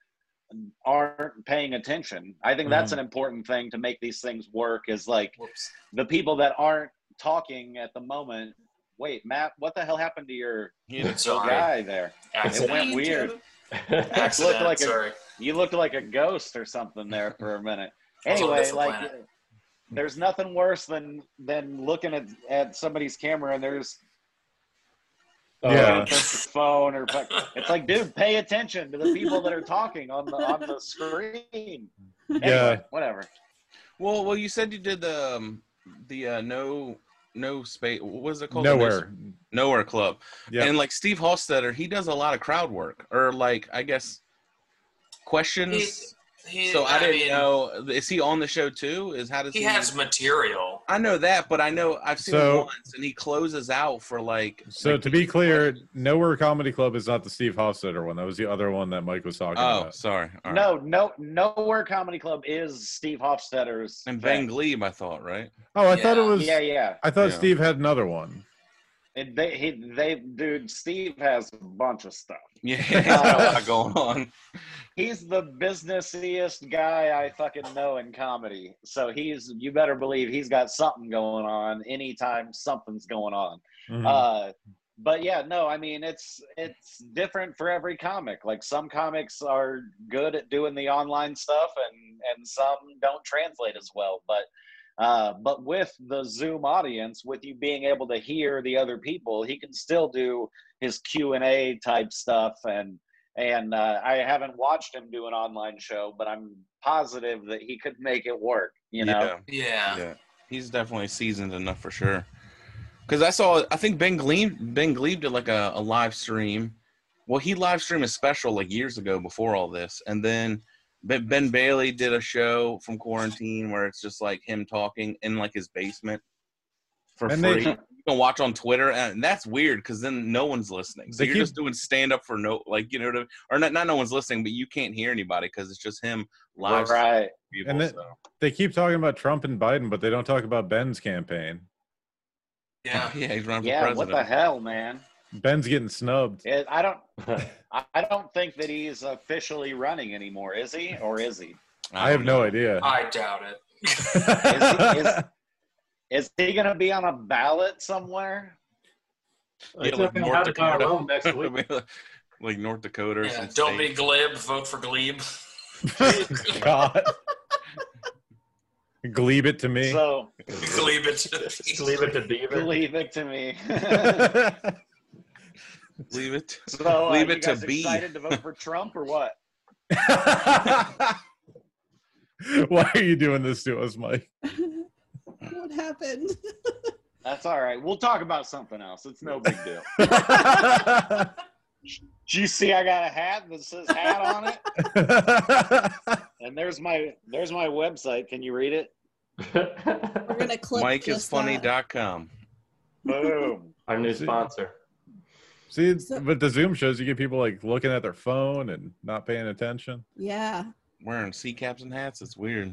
aren't paying attention. I think that's an
Mm-hmm.
important thing to make these things work is like
Whoops.
the people that aren't talking at the moment. Wait, Matt, what the hell happened to your
Yeah.
little
Sorry.
guy there? It
Accident.
went weird.
Accident.
Looked like a-
Sorry.
You looked like a ghost or something there for a minute.
I was on a
Anyway,
different
like
planet.
there's nothing worse than than looking at, at somebody's camera and there's
Yeah.
their phone or it's like, dude, pay attention to the people that are talking on the on the screen. Anyway,
Yeah.
whatever.
Well, well, you said you did the um, the uh, no no space. What was it called? The no
Nowhere.
Nowhere Club.
Yeah.
And like Steve Hostetter, he does a lot of crowd work or like I guess questions.
He's- He,
so I, didn't
mean,
know. Is he on the show too? Is how does he?
He has material.
I know that, but I know I've seen
So-
him once, and he closes out for like.
So
like-
to be clear, Nowhere Comedy Club is not the Steve Hofstetter one. That was the other one that Mike was talking
Oh,
about.
sorry. All right.
No, no, nowhere comedy club is Steve Hofstetter's.
And Ben
thing.
Glebe, I thought, right?
Oh, I thought it
Yeah.
was.
Yeah, yeah.
I thought
Yeah.
Steve had another one.
And they, he, they, dude, Steve has a bunch of stuff.
Yeah, he's got a lot going on.
He's the businessiest guy I fucking know in comedy. So he's, you better believe he's got something going on anytime something's going on.
Hmm.
Mhm.
Uh, but yeah, no, I mean it's it's different for every comic. Like some comics are good at doing the online stuff, and and some don't translate as well. But uh, but with the Zoom audience, with you being able to hear the other people, he can still do his Q and A type stuff. And and uh, I haven't watched him do an online show, but I'm positive that he could make it work. You know,
Yeah.
yeah, yeah. He's definitely seasoned enough for sure. Because I saw, I think Ben Glebe, Ben Glebe did like a, a live stream. Well, he live streamed a special like years ago before all this, and then Ben, ben Bailey did a show from quarantine where it's just like him talking in like his basement for
And
free.
they-
you can watch on Twitter, and that's weird because then no one's listening. So
They
you're
keep-
just doing stand up for no, like you know, what I mean? or not, not no one's listening, but you can't hear anybody because it's just him live streaming
right?
people.
And then-
so.
They keep talking about Trump and Biden, but they don't talk about Ben's campaign.
Yeah.
yeah, he's running for
Yeah,
president.
what the hell, man?
Ben's getting snubbed.
It, I don't. I I don't think that he's officially running anymore, is he? Or is he?
I have
don't
no
know.
idea.
I doubt it.
is- Is he going to be on a ballot somewhere?
Yeah,
It's
like
okay,
North
how to buy a
Dakota.
room next week.
like North Dakota or
Yeah,
some
don't
state.
be glib. Vote for Glebe.
God. Glebe it to me.
So
glebe it.
Just leave it to Beaver.
leave it to me.
leave it.
so uh,
Leave
you
it to
guys
be.
Excited to vote for Trump or what?
Why are you doing this to us, Mike?
what happened?
That's all right. We'll talk about something else. It's no big deal. Do you see? I got a hat that says hat on it, and there's my there's my website. Can you read it?
We're gonna clip. just that.
Mikeisfunny.com.
Boom.
Our new sponsor.
See,
So-
but the Zoom shows, you get people like looking at their phone and not paying attention.
Yeah.
Wearing sea caps and hats. It's weird.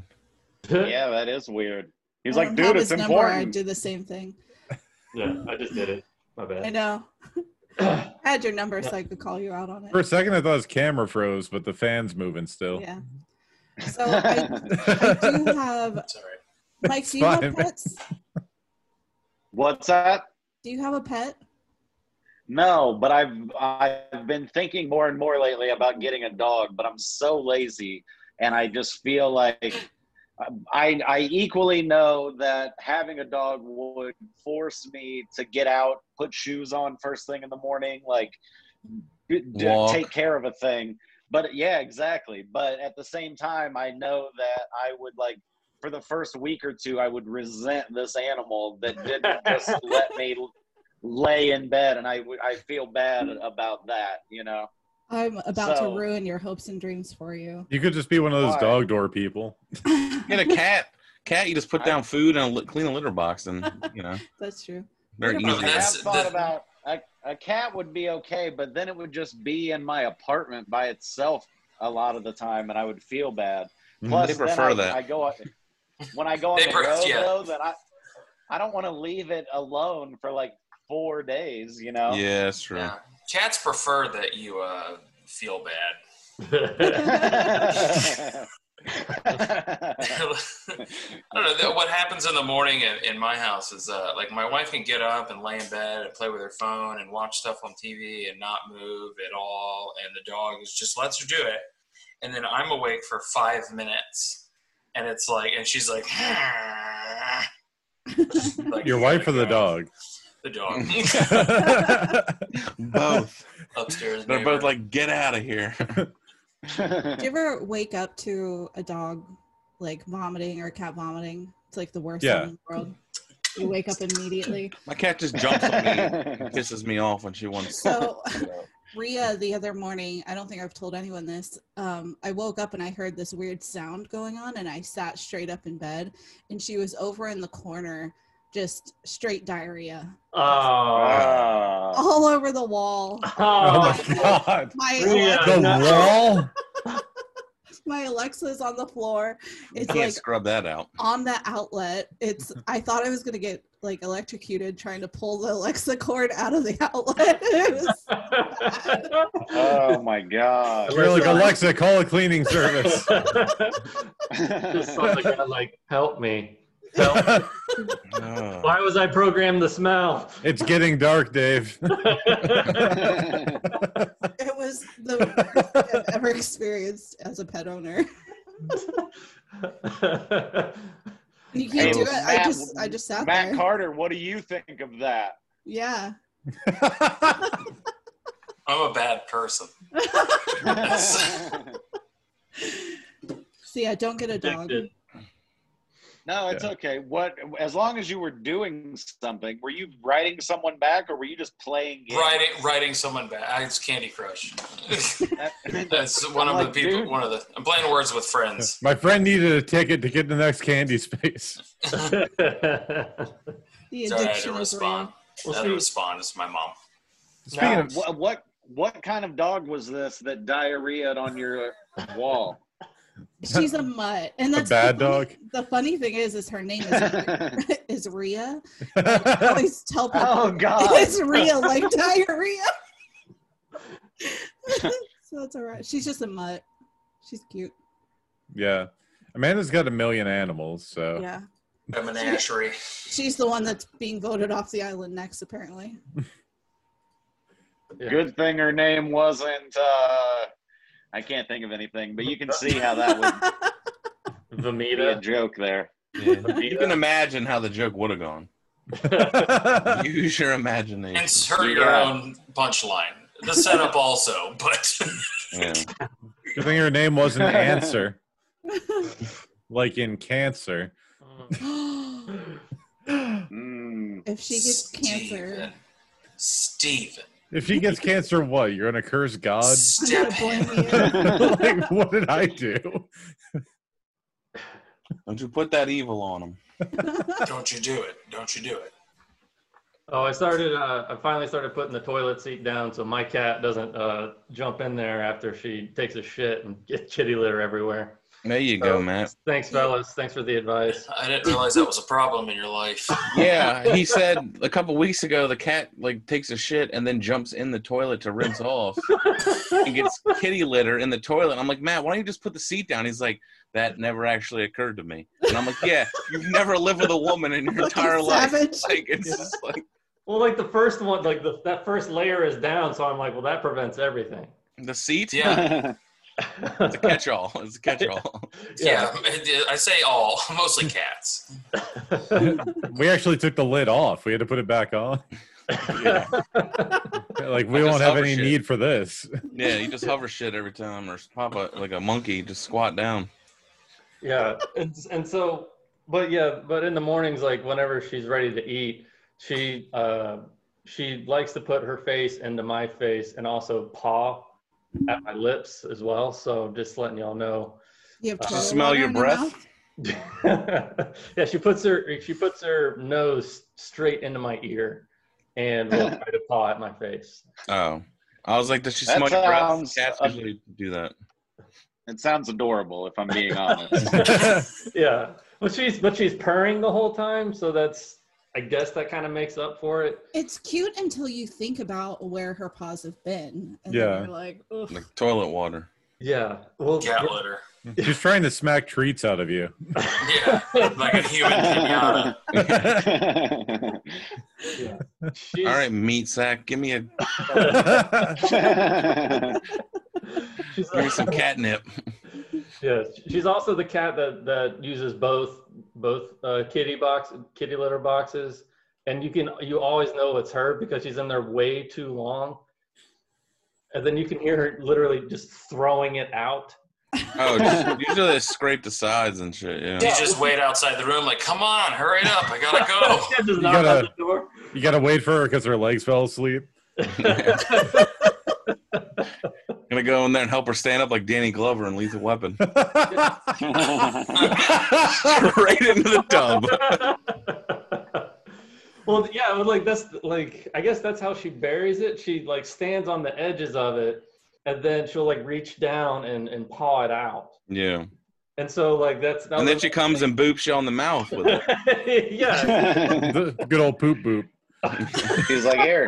yeah, that is weird. He's
I
like,
don't have
dude, it's
his number, I
important.
did the same thing.
Yeah, I just did it. My
I
bad.
know. I had your number so I could call you out on
For a
it.
second, I thought his camera froze, but the fan's moving still.
Yeah. So I, I do have
Sorry.
Mike. Do you have
Fine.
pets?
What's that?
Do you have a pet?
No, but I've I've been thinking more and more lately about getting a dog, but I'm so lazy, and I just feel like I I equally know that having a dog would force me to get out, put shoes on first thing in the morning, like d- d-
Walk.
take care of a thing. But yeah, exactly. But at the same time, I know that I would like for the first week or two, I would resent this animal that didn't just let me lay in bed and I, w- I feel bad about that, you know?
I'm about
So-
to ruin your hopes and dreams for you.
You could just be one of those
Why?
dog door people.
Get a cat. Cat, you just put
I-
down food and a li- clean a litter box, and you know,
That's true.
very
What
I
about
easy.
have
That's-
thought
that-
about a, a cat would be okay, but then it would just be in my apartment by itself a lot of the time and I would feel bad. Plus,
They
then
prefer
I,
that.
I go, when I go on
They
the
prefer-
road,
yeah.
though, that I, I don't want to leave it alone for like four days, you know?
Yeah, that's true.
Yeah. Cats prefer that you uh, feel bad. I don't know. That, what happens in the morning in, in my house is uh, like my wife can get up and lay in bed and play with her phone and watch stuff on TV and not move at all, and the dog is just lets her do it. And then I'm awake for five minutes, and it's like, and she's like, like,
Your wife or the dog?
The dog
Both.
upstairs.
They're
neighbor.
both like, get out of here.
Do you ever wake up to a dog like vomiting or a cat vomiting? It's like the worst
Yeah.
thing in the world. You wake up immediately.
My cat just jumps on me and pisses me off when she wants
So
to.
Ria, the other morning, I don't think I've told anyone this. Um, I woke up and I heard this weird sound going on, and I sat straight up in bed, and she was over in the corner, just straight diarrhea
Oh.
Ah.
all over the wall.
Oh
Oh.
my god.
My
Rhea,
Alexa,
The
no.
wall?
my Alexa's on the floor. It's
Can't
like
scrub that out.
on the outlet. It's I thought I was gonna get like electrocuted trying to pull the Alexa cord out of the outlet. It was-
Oh my god.
You're like, Alexa, call a cleaning service.
Just something that, like, help me. Help.
Ugh.
Why was I programmed to smell?
it's getting dark, Dave.
it was the worst thing I've ever experienced as a pet owner. And you can't
Hey,
do it. I
Matt-
just I just sat
Matt
there.
Carter, what do you think of that?
yeah.
I'm a bad person.
So yeah, don't get a dog.
Addicted.
no, it's okay. What as long as you were doing something, were you writing someone back or were you just playing games?
Writing, writing someone back. I- It's Candy Crush.
That-
That's one
I'm
of
like,
the people.
dude.
One of the. I'm playing words with friends.
My friend needed a ticket to get to the next candy space.
The
Sorry, I had
addiction
to
is
respond.
Well,
real.
I had to
see-
respond. It's my mom.
Speaking
Now,
of
what, what what kind of dog was this that diarrheaed on your wall?
She's a mutt, and
A
that's
bad
the funny-
dog?
The funny thing is, is her name is
oh
is Ria. I always tell people
God!
it's Ria, like diarrhea. so it's all right. She's just a mutt. She's cute.
yeah. Amanda's got a million animals,
Oh.
so
Yeah.
A menagerie.
She's the one that's being voted off the island next, apparently.
Yeah.
Good thing her name wasn't. Uh, I can't think of anything, but you can see how that would be a
Vomita.
joke there.
Yeah. You can imagine how the joke would have gone. Use your imagination.
Insert your
Yeah.
own punchline. The setup also, but
Yeah.
good thing her name wasn't Answer, like in cancer. If
Mm.
if she gets cancer,
Steven.
she gets cancer, what? You're gonna curse God?
I'm
Step
gonna
in.
blame you.
like, what did I do?
Don't you put that evil on him.
Don't you do it. Don't you do it.
Oh, I started. Uh, I finally started putting the toilet seat down so my cat doesn't uh, jump in there after she takes a shit and get kitty litter everywhere.
There you
So,
go, Matt.
Thanks, fellas. Thanks for the advice.
I didn't realize that was a problem in your life.
Yeah, he said a couple weeks ago the cat like takes a shit and then jumps in the toilet to rinse off and gets kitty litter in the toilet. I'm like, Matt, why don't you just put the seat down? He's like, that never actually occurred to me. And I'm like, yeah, you've never lived with a woman in your entire
Fucking
life.
savage.
Like it's just like
Well, like the first one, like the, that first layer is down, so I'm like, well, that prevents everything.
the seat.
Yeah.
It's a catch-all. It's a catch-all.
Yeah. I say all, mostly cats.
We actually took the lid off. We had to put it back on.
Yeah.
Like, we
I just
won't have
hover
any
shit.
need for this.
yeah, you just hover shit every time, or pop up like a monkey, just squat down.
yeah and, and so but yeah but in the mornings like whenever she's ready to eat she uh she likes to put her face into my face and also paw at my lips as well so just letting y'all know
You have
Does she
toilet
smell
water
your
in her
breath?
mouth?
yeah she puts her she puts her nose straight into my ear and will try to paw at my face
Oh, I was like, does she
That
smell your breath?
sounds-
Cats usually do that.
It sounds adorable, if I'm being honest.
yeah but she's but she's purring the whole time so that's i guess that kind of makes up for it
It's cute until you think about where her paws have been. And
Yeah.
Then you're like, Ugh.
Like toilet water.
Yeah. Well,
Cat litter.
He's trying to smack treats out of you.
Yeah, like a human pinata.
yeah.
All right, meat sack, give me a give
She's
me some catnip.
Yeah, she's also the cat that that uses both both uh, kitty box kitty litter boxes, and you can you always know it's her because she's in there way too long, and then you can hear her literally just throwing it out.
Oh, just- usually they scrape the sides and shit.
You
Yeah.
Yeah.
just wait outside the room, like, come on, hurry up, I gotta go.
She just
You
knocks
gotta-
on the door.
You gotta wait for her because her legs fell asleep.
Gonna go in there and help her stand up like Danny Glover in Lethal Weapon. Straight into the tub.
well, yeah, but like that's like I guess that's how she buries it. She like stands on the edges of it, and then she'll like reach down and and paw it out.
Yeah.
And so like that's that
And then
was-
she comes and boops you on the mouth with it.
yeah.
The good old poop boop.
He's like, here,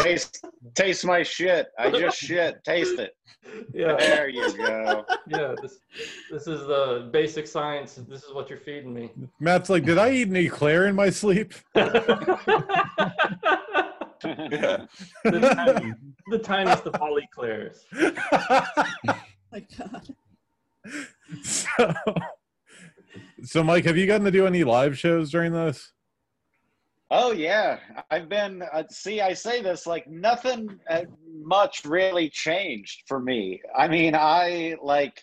taste, taste my shit. I just shit. Taste it.
Yeah,
There you go.
yeah. This, this is the basic science. This is what you're feeding me.
Matt's like, did I eat an eclair in my sleep?
the,
Yeah.
tiny, the tiniest of all eclairs.
My God.
so, so, Mike, have you gotten to do any live shows during this?
Oh yeah, I've been. Uh, see, I say this like nothing uh, much really changed for me. I mean, I like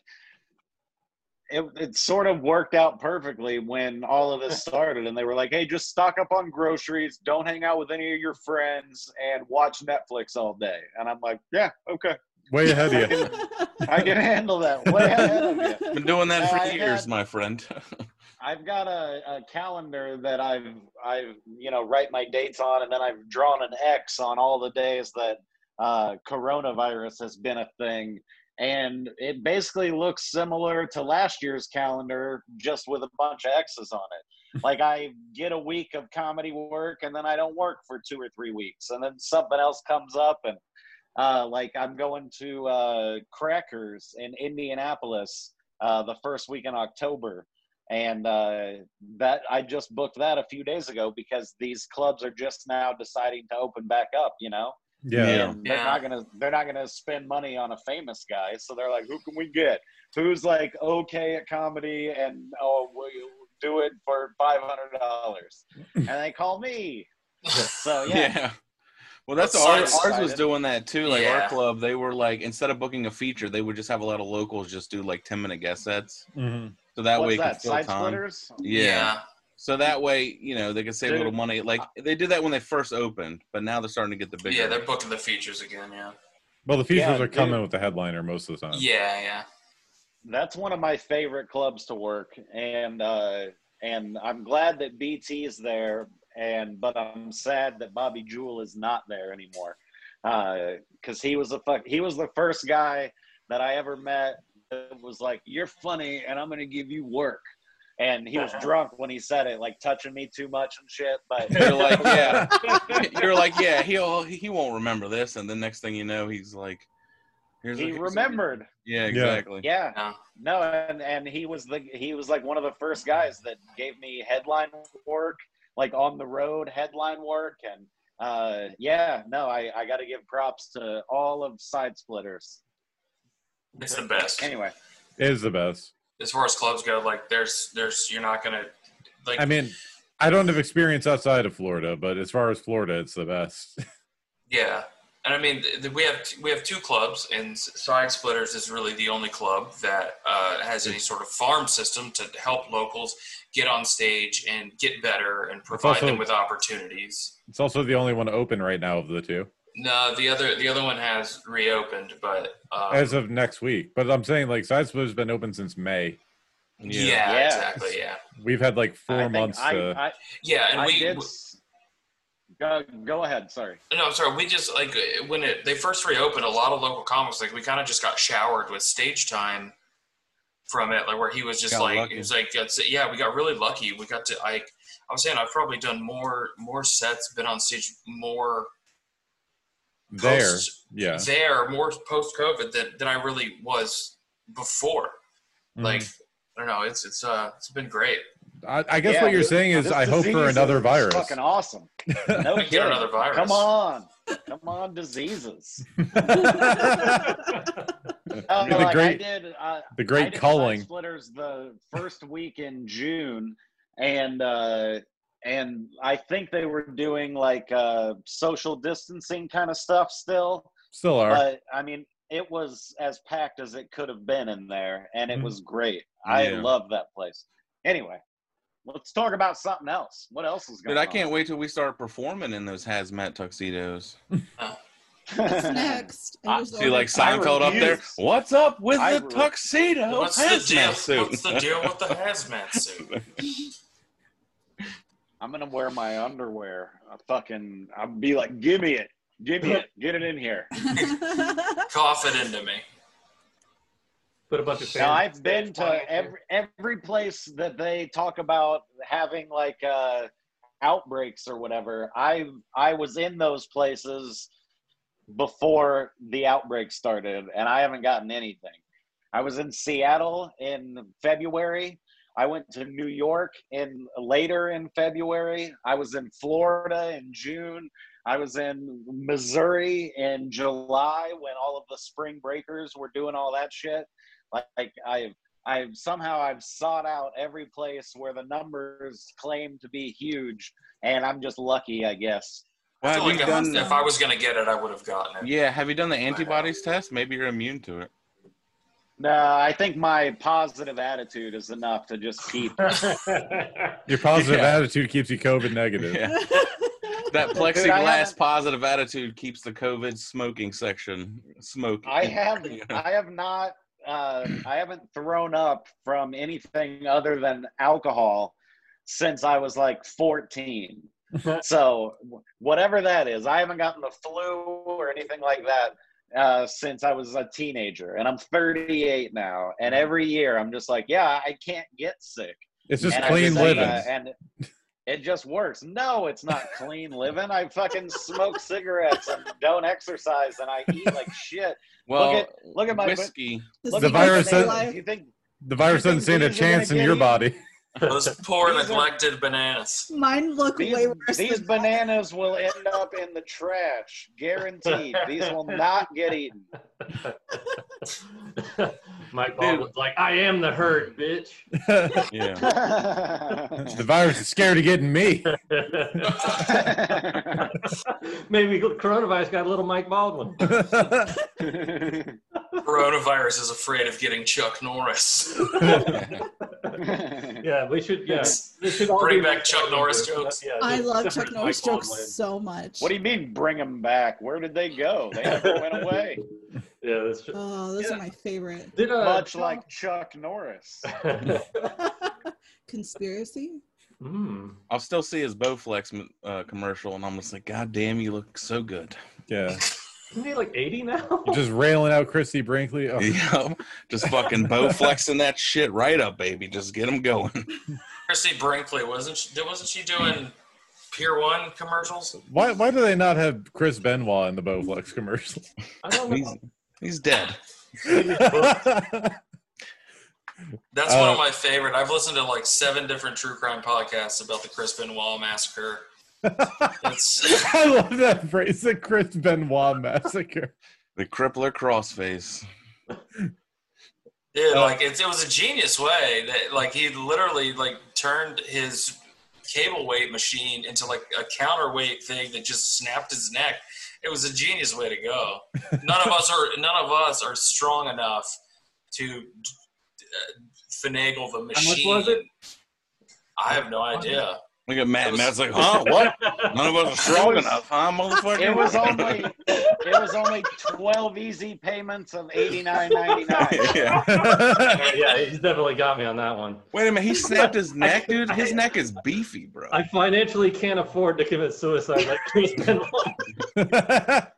it. It sort of worked out perfectly when all of this started, and they were like, "Hey, just stock up on groceries. Don't hang out with any of your friends, and watch Netflix all day." And I'm like, "Yeah, okay,
Way ahead of you.
I can handle that." Way ahead of you.
Been doing that
Uh,
for
I
years,
got-
my friend.
I've got a, a calendar that I've I've you know write my dates on, and then I've drawn an X on all the days that uh, coronavirus has been a thing, and it basically looks similar to last year's calendar, just with a bunch of X's on it. Like I get a week of comedy work, and then I don't work for two or three weeks, and then something else comes up, and uh, like I'm going to uh, Crackers in Indianapolis uh, the first week in October and uh, that I just booked that a few days ago because these clubs are just now deciding to open back up. You know,
Yeah.
and they're
Yeah.
not gonna they're not gonna spend money on a famous guy, so they're like, who can we get? Who's like okay at comedy and oh, will you do it for five hundred dollars? And they call me. So
Oh, Yeah.
yeah,
Well, that's
That's
ours.
so
Ours was
excited.
doing that too. Like
Yeah.
our club, they were like instead of booking a feature, they would just have a lot of locals just do like ten minute guest sets,
Mhm.
so that
what's
way it could
that?
fill
Side
time.
splitters?
Yeah. So that way, you know, they could save a little
Dude.
money. Like they did that when they first opened, but now they're starting to get the
yeah,
bigger.
they're booking the features again. Yeah,
Well, the features
Yeah,
are coming
dude.
with the headliner most of the time.
yeah, yeah.
that's one of my favorite clubs to work and uh and i'm glad that bt is there and but i'm sad that bobby jewell is not there anymore Uh 'cause because he was the fuck he was the first guy that i ever met that was like you're funny and i'm gonna give you work and he was drunk when he said it like touching me too much and shit but
You're like, yeah, you're like, yeah, he'll he won't remember this, and the next thing you know, he's like, here's
he
here's a-
remembered
Yeah, exactly.
yeah
Yeah.
no and and he was the he was like one of the first guys that gave me headline work like on the road headline work and uh yeah no i i gotta give props to all of side splitters
It's the best.
anyway
It is the best.
As far as clubs go, like there's there's you're not gonna like
I mean, I don't have experience outside of Florida, but as far as Florida, it's the best.
yeah. And I mean, th- th- we have t- we have two clubs, and S- Side Splitters is really the only club that uh, has any sort of farm system to help locals get on stage and get better and provide
also-
them with opportunities.
It's also the only one open right now of the two
No, the other the other one has reopened, but um,
as of next week. But I'm saying, like, Side Splitter's been open since May.
yeah,
Yeah.
exactly, yeah,
We've had like
I
four
think
months.
I,
to,
I,
yeah. And
I
we
did s- go, go ahead sorry
No, I'm sorry. We just like when it, they first reopened, a lot of local comics like we kind of just got showered with stage time from it. Like where he was just
Got
like
lucky.
it was like that's- yeah, we got really lucky. We got to like I'm saying I've probably done more more sets, been on stage more
there.
post-
Yeah.
there more post COVID than, than I really was before.
Mm.
Mm.
Like I don't know, it's it's uh it's been great.
I, I guess
Yeah,
what you're
this-
saying is
this
I hope
disease
for
is
another virus.
Fucking awesome. No
We
kidding.
get another virus.
Come on, come on, diseases. Oh,
The
like I
great-
did. uh, I,
the
I
great
did
culling.
Five splitters the first week in June, and uh, and I think they were doing like uh, social distancing kind of stuff still.
Still are.
But I mean, it was as packed as it could have been in there, and it
Mhm.
was great. I
Mm-hmm. Yeah.
love that place. Anyway, let's talk about something else. What else is going
Dude, I
on?
can't wait till we start performing in those hazmat tuxedos.
What's next? I
I-
was
See, Ah, like
already-
Seinfeld up there.
refuse.
What's up with
I
the
re-
tuxedo
What's the deal?
hazmat suit?
What's the deal with the hazmat suit?
I'm gonna wear my underwear. I fucking, I'll be like, give me it, give me it, get it in here.
Cough it into me.
Put a bunch of.
Now
fans-
I've been
flying
to every every place that they talk about having like uh, outbreaks or whatever. I I was in those places before the outbreak started, and I haven't gotten anything. I was in Seattle in February. I went to New York in later in February. I was in Florida in June. I was in Missouri in July when all of the spring breakers were doing all that shit. Like, like I've I've somehow I've sought out every place where the numbers claim to be huge, and I'm just lucky, I guess.
Well,
I feel
have
like
you
if,
done,
if I was gonna get it, I would have gotten it.
yeah, have you done the antibodies test? Maybe you're immune to it.
No, I think my positive attitude is enough to just keep.
Your positive
Yeah.
attitude keeps you COVID negative.
Yeah. That plexiglass
haven't-
positive attitude keeps the COVID smoking section smoking.
I have I have not uh, I haven't thrown up from anything other than alcohol since I was like 14. so wh- whatever that is, I haven't gotten the flu or anything like that uh, since I was a teenager, and I'm 38 now. And
Mm-hmm.
every year, I'm just like, yeah, I can't get sick.
It's just
And I
clean
just, uh,
living.
and it just works. No, it's not clean living. I fucking smoke cigarettes and don't exercise, and I eat like shit.
well,
look Look at my
whiskey.
This
Look
The
at
is my
virus
day
says-
life.
You think
the virus doesn't
think
stand a
these are gonna
chance in
get
your
you?
body.
Those poor
These are-
neglected bananas.
Mine look way
these,
worse.
these
than-
bananas will end up in the trash? Guaranteed. these will not get eaten.
Mike Baldwin's like, I am the herd, bitch.
the
Yeah.
virus is scared of getting me.
Maybe coronavirus got a little Mike Baldwin.
Coronavirus is afraid of getting Chuck Norris.
Yeah, we should. Yeah, we should all
Bring
be
back
Mike
Chuck
Baldwin
Norris
jokes.
jokes.
Yeah,
I
just
love
different
Chuck Norris
Mike Baldwin.
jokes so much.
what do you mean, bring them back? Where did they go? They never went away.
Yeah, that's true.
Oh, those
Yeah.
are my favorite.
Did, uh,
Much like Chuck Norris.
Conspiracy?
Hmm.
I'll still see his Bowflex uh, commercial, and I'm just like, God damn, you look so good.
Yeah.
Isn't he like 80 now?
You're just railing out Christy Brinkley. Oh,
Yeah, just fucking Bowflexing that shit right up, baby. Just get him going.
Christy Brinkley wasn't she, wasn't she doing Pier One commercials?
Why, why do they not have Chris Benoit in the Bowflex commercial?
I don't
He's,
know.
he's dead.
That's one
Uh,
of my favorite. I've listened to like seven different true crime podcasts about the Chris Benoit massacre. It's
I love that phrase, the Chris Benoit massacre.
The crippler crossface.
dude, like it's, it was a genius way that like he literally like turned his cable weight machine into like a counterweight thing that just snapped his neck. It was a genius way to go. None of us are none of us are strong enough to uh, finagle the
How much
machine.
was it?
I have no idea.
Look at Matt. Matt's like, huh? What? None of us are strong
It was-
enough, huh, motherfucker?
It was only it was only twelve easy payments of eighty nine ninety nine.
yeah.
yeah, he's definitely got me on that one.
Wait a minute. He snapped his neck, dude. His
I-
neck is beefy, bro.
I financially can't afford to commit suicide like Chris Benoit.
That's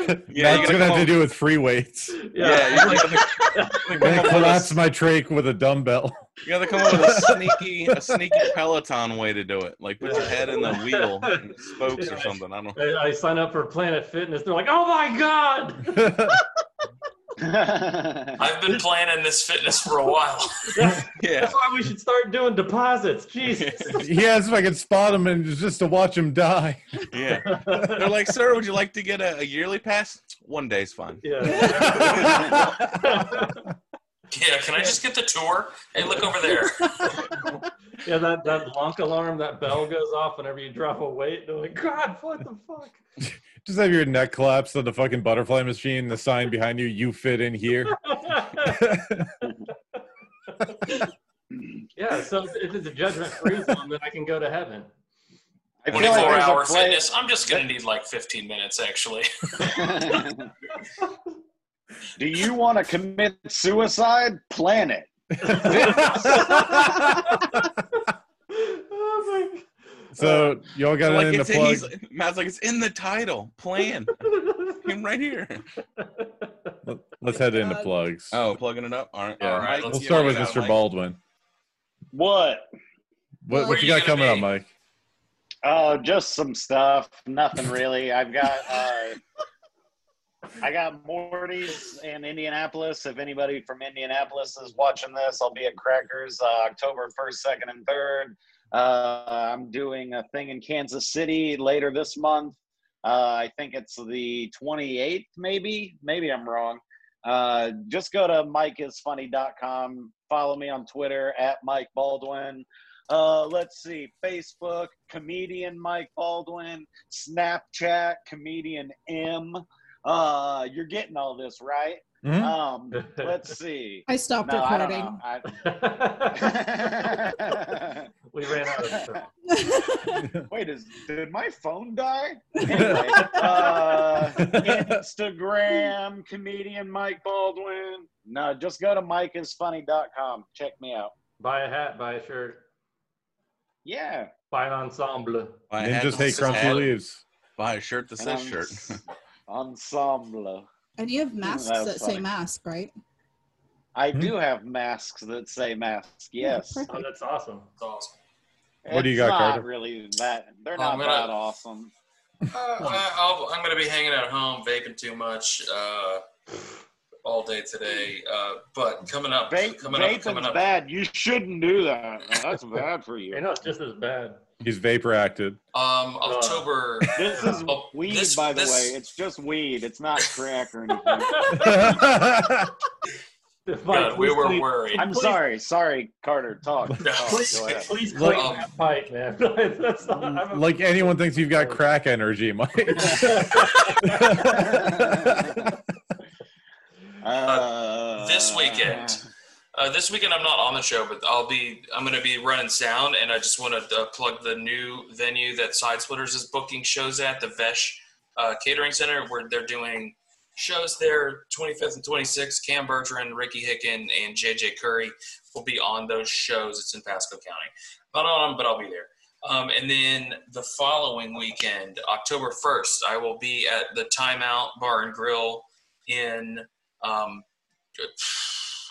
Yeah, you
That's
gotta
gonna have
come
to
up-
do with free weights.
Yeah,
Yeah.
you gotta, you
I'm
gotta come
gonna
up with a
collapse my trach with a dumbbell.
You gotta come up with a sneaky, a sneaky Peloton way to do it. Like put your head in the wheel, and spokes or something. I don't.
I, I sign up for Planet Fitness. They're like, oh my God.
I've been planning this fitness for a while.
Yeah.
That's why we should start doing deposits. Jesus.
yeah, if I could spot him and just to watch him die.
Yeah. They're like, sir, would you like to get a, a yearly pass? One day's fine.
yeah.
Yeah, can I just get the tour? Hey, look over there.
Yeah, that, that honk alarm, that bell goes off whenever you drop a weight. They're like, God, what the fuck?
just have your neck collapse on the fucking butterfly machine. The sign behind you, you fit in here.
yeah, so if it's a judgment free zone, then I can go to heaven.
I feel like
24
there's a
hour
play-
fitness. I'm just going to need like 15 minutes, actually.
Do you want to commit suicide? Plan it.
oh my
so y'all got
So,
it
Uh, like
in the
it's in,
plug.
he's, Matt's like, it's in the title. Plan. Him right here.
Let- Let's head into
God.
plugs.
Oh, plugging it up. All right.
Yeah.
All right.
Let's
we'll
see
start
what
with
you got,
Mr.
Mike.
Baldwin.
What?
What,
Where
what you
you
got
gonna
coming up,
be?
Mike?
Oh, just some stuff. Nothing really. I've got uh, I got Morty's in Indianapolis. If anybody from Indianapolis is watching this, I'll be at Crackers uh, October first, second, and third. Uh, I'm doing a thing in Kansas City later this month. Uh, I think it's the 28th, maybe. Maybe I'm wrong. Uh, just go to mikeisfunny.com. Follow me on Twitter at Mike Baldwin. Uh, let's see, Facebook, comedian Mike Baldwin, Snapchat, comedian M. Uh, you're getting all this, right?
Mhm.
Um, let's see.
I stopped
No, I don't
recording.
know. I-
we ran out of time.
Wait, is did my phone die? Anyway, uh,
Hmm?
Instagram, comedian Mike Baldwin. No, just go to mikeisfunny.com. Check me out.
Buy a hat, buy a shirt,
Yeah.
buy an ensemble.
Buy a hat
Ninjas
that
hate
says
crunchy
hat. Um,
leaves.
Buy a shirt that
and
says
en-
shirt.
Ensemble.
And you have masks
That
that,
was
say
funny. Uh,
mask, right?
I
Hmm.
do have masks that say masks. Yes.
Perfect.
Oh, that's awesome.
That's awesome.
What do you
It's
got,
not
Carter?
Really, that they're
Oh,
not
man,
that
I-
awesome.
Uh, I, I'll, I'm going to be hanging out at home, vaping too much uh, all day today. Uh, but coming up,
Vape,
coming
vaping's
up, coming up.
bad. You shouldn't do that. That's bad for you.
You know, it's just as bad.
He's vapor acted.
Um, October.
This is
Oh,
weed,
this-
by the
this-
way. It's just weed. It's not crack or anything.
God, we were worried.
I'm
Please-
sorry. Sorry, Carter. Talk.
No.
Talk,
Please-
go ahead.
Please
Like-
clean that pipe, man. That's not, I'm a-
like anyone thinks you've got crack energy, Mike.
Uh,
this weekend. Uh, this weekend I'm not on the show, but I'll be. I'm going to be running sound, and I just want to uh, plug the new venue that Side Splitters is booking shows at the Vesh uh, Catering Center, where they're doing shows there 25th and 26th. Cam Bertrand, Ricky Hicken, and JJ Curry will be on those shows. It's in Pasco County. Not on them, but I'll be there. Um, and then the following weekend, October 1st, I will be at the Timeout Bar and Grill in um,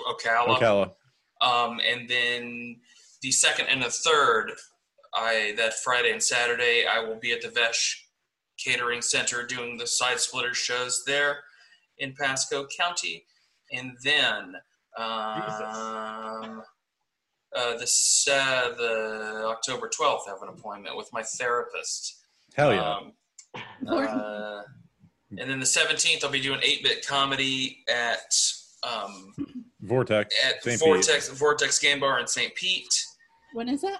Ocala.
Ocala.
Um, and then the second and the third, I that Friday and Saturday, I will be at the Vesh Catering Center doing the side splitter shows there in Pasco County. And then um, uh, the s- uh, the October twelfth, I have an appointment with my therapist.
Hell Oh, yeah.
Um, uh, and then the seventeenth, I'll be doing eight bit comedy at um,
Vortex.
at
St. Pete.
Vortex Vortex Game Bar in St. Pete,
When is that?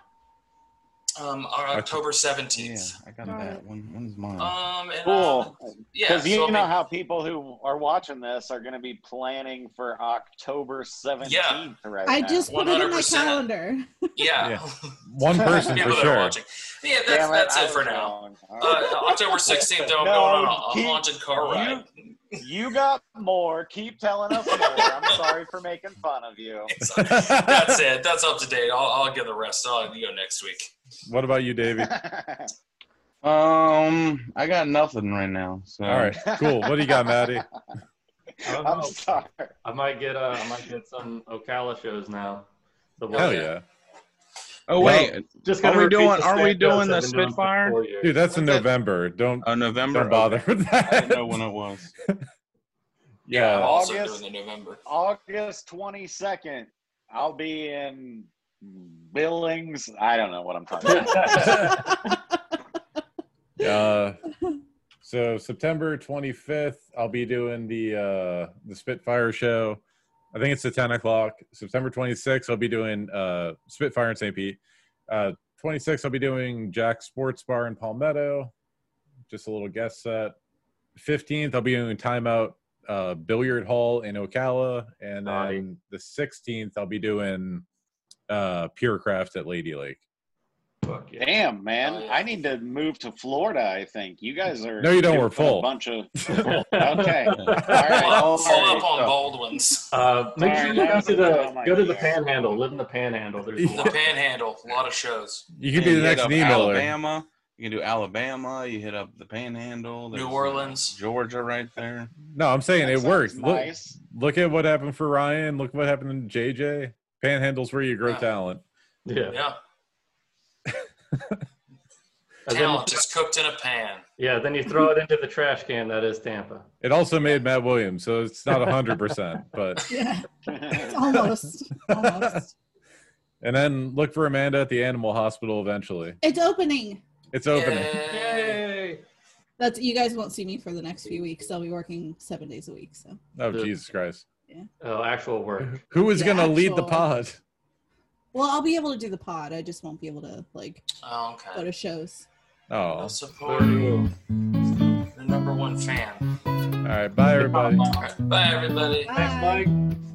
um, on October
yeah,
seventeenth.
I got that. When, when is mine?
Um, and, uh,
Cool.
yeah,
Because you
so I'll
know
be-
how people who are watching this are going to be planning for October 17th right
I
now.
just put it in my
100%.
calendar.
yeah,
Yeah. One person for
people that are
sure.
watching. Yeah, that's,
Damn
that's
I
it for
was
now.
wrong.
Uh,
All right.
October sixteenth, I'm
No,
going on a, a
keep-
haunted car ride.
you got more. Keep telling us more. I'm sorry for making fun of you.
It's- that's it. That's up to date. I'll, I'll give the rest. I'll go next week.
What about you, Davey?
Um, I got nothing right now. So
All right, cool. What do you got, Maddie?
I
Oh.
don't
I'm
know.
sorry.
I might get uh, I might get some Ocala shows now. The
Hell
one-
yeah.
Oh
Well-
wait,
Just
Are
gotta
we
repeat
doing-
the
are we
same jokes
doing
I've
the
been doing for
Spitfire?
four years.
Dude, that's in
What's that?
November. Don't
uh, November.
don't bother with
I didn't know
that.
when it was.
Yeah, I'm
Yeah.
also
August.
doing the November.
August 22nd, I'll be in Billings. I don't know what I'm talking about.
Uh, so September 25th, I'll be doing the uh, the Spitfire show. I think it's at 10 o'clock. September 26th, I'll be doing uh, Spitfire in St. Pete. Uh, 26th, I'll be doing Jack Sports Bar in Palmetto. Just a little guest set. 15th, I'll be doing Timeout uh, Billiard Hall in Ocala, and then
Naughty.
the 16th, I'll be doing uh, Purecraft at Lady Lake.
Fuck yeah.
Damn, man.
Oh, yeah.
I need to move to Florida, I think. You guys are.
No, you don't.
you're
We're
putting
full.
A bunch of. Okay. All right.
Follow,
All right.
follow up on
so-
Baldwin's.
Uh, make sure
Sorry,
you
that
go
was
to
a little
the
on my
go to the
ear.
Panhandle. Live in the Panhandle. There's a
The
lot.
Panhandle, a lot of shows.
You could be the
you hit
next
up
Nemo.
Alabama. You can do Alabama. You hit up the Panhandle.
New
there's, uh,
Orleans.
Georgia, right there.
No, I'm saying
That
it
sounds
works. Look,
Nice.
look at what happened for Ryan. Look what happened to JJ. Panhandles where you grow
Yeah.
talent.
Yeah.
Yeah,
And then,
talent just cooked in a pan.
yeah. Then you throw it into the trash can. That is Tampa.
It also made Matt Williams, so it's not hundred percent. But
yeah, almost, almost.
and then look for Amanda at the animal hospital eventually.
It's opening.
It's opening.
Yay.
That's you guys won't see me for the next few weeks. I'll be working seven days a week. So
Oh
Yeah.
Jesus Christ!
Oh, actual work.
Who is
Yeah,
gonna lead the
actual-
pod?
well, I'll be able to do the pod. I just won't be able to like
Oh,
go
okay.
to shows.
Oh,
I'll
all
support the
Boo.
number one fan.
right. Bye everybody.
All right, bye, everybody.
Bye.
Thanks, Mike.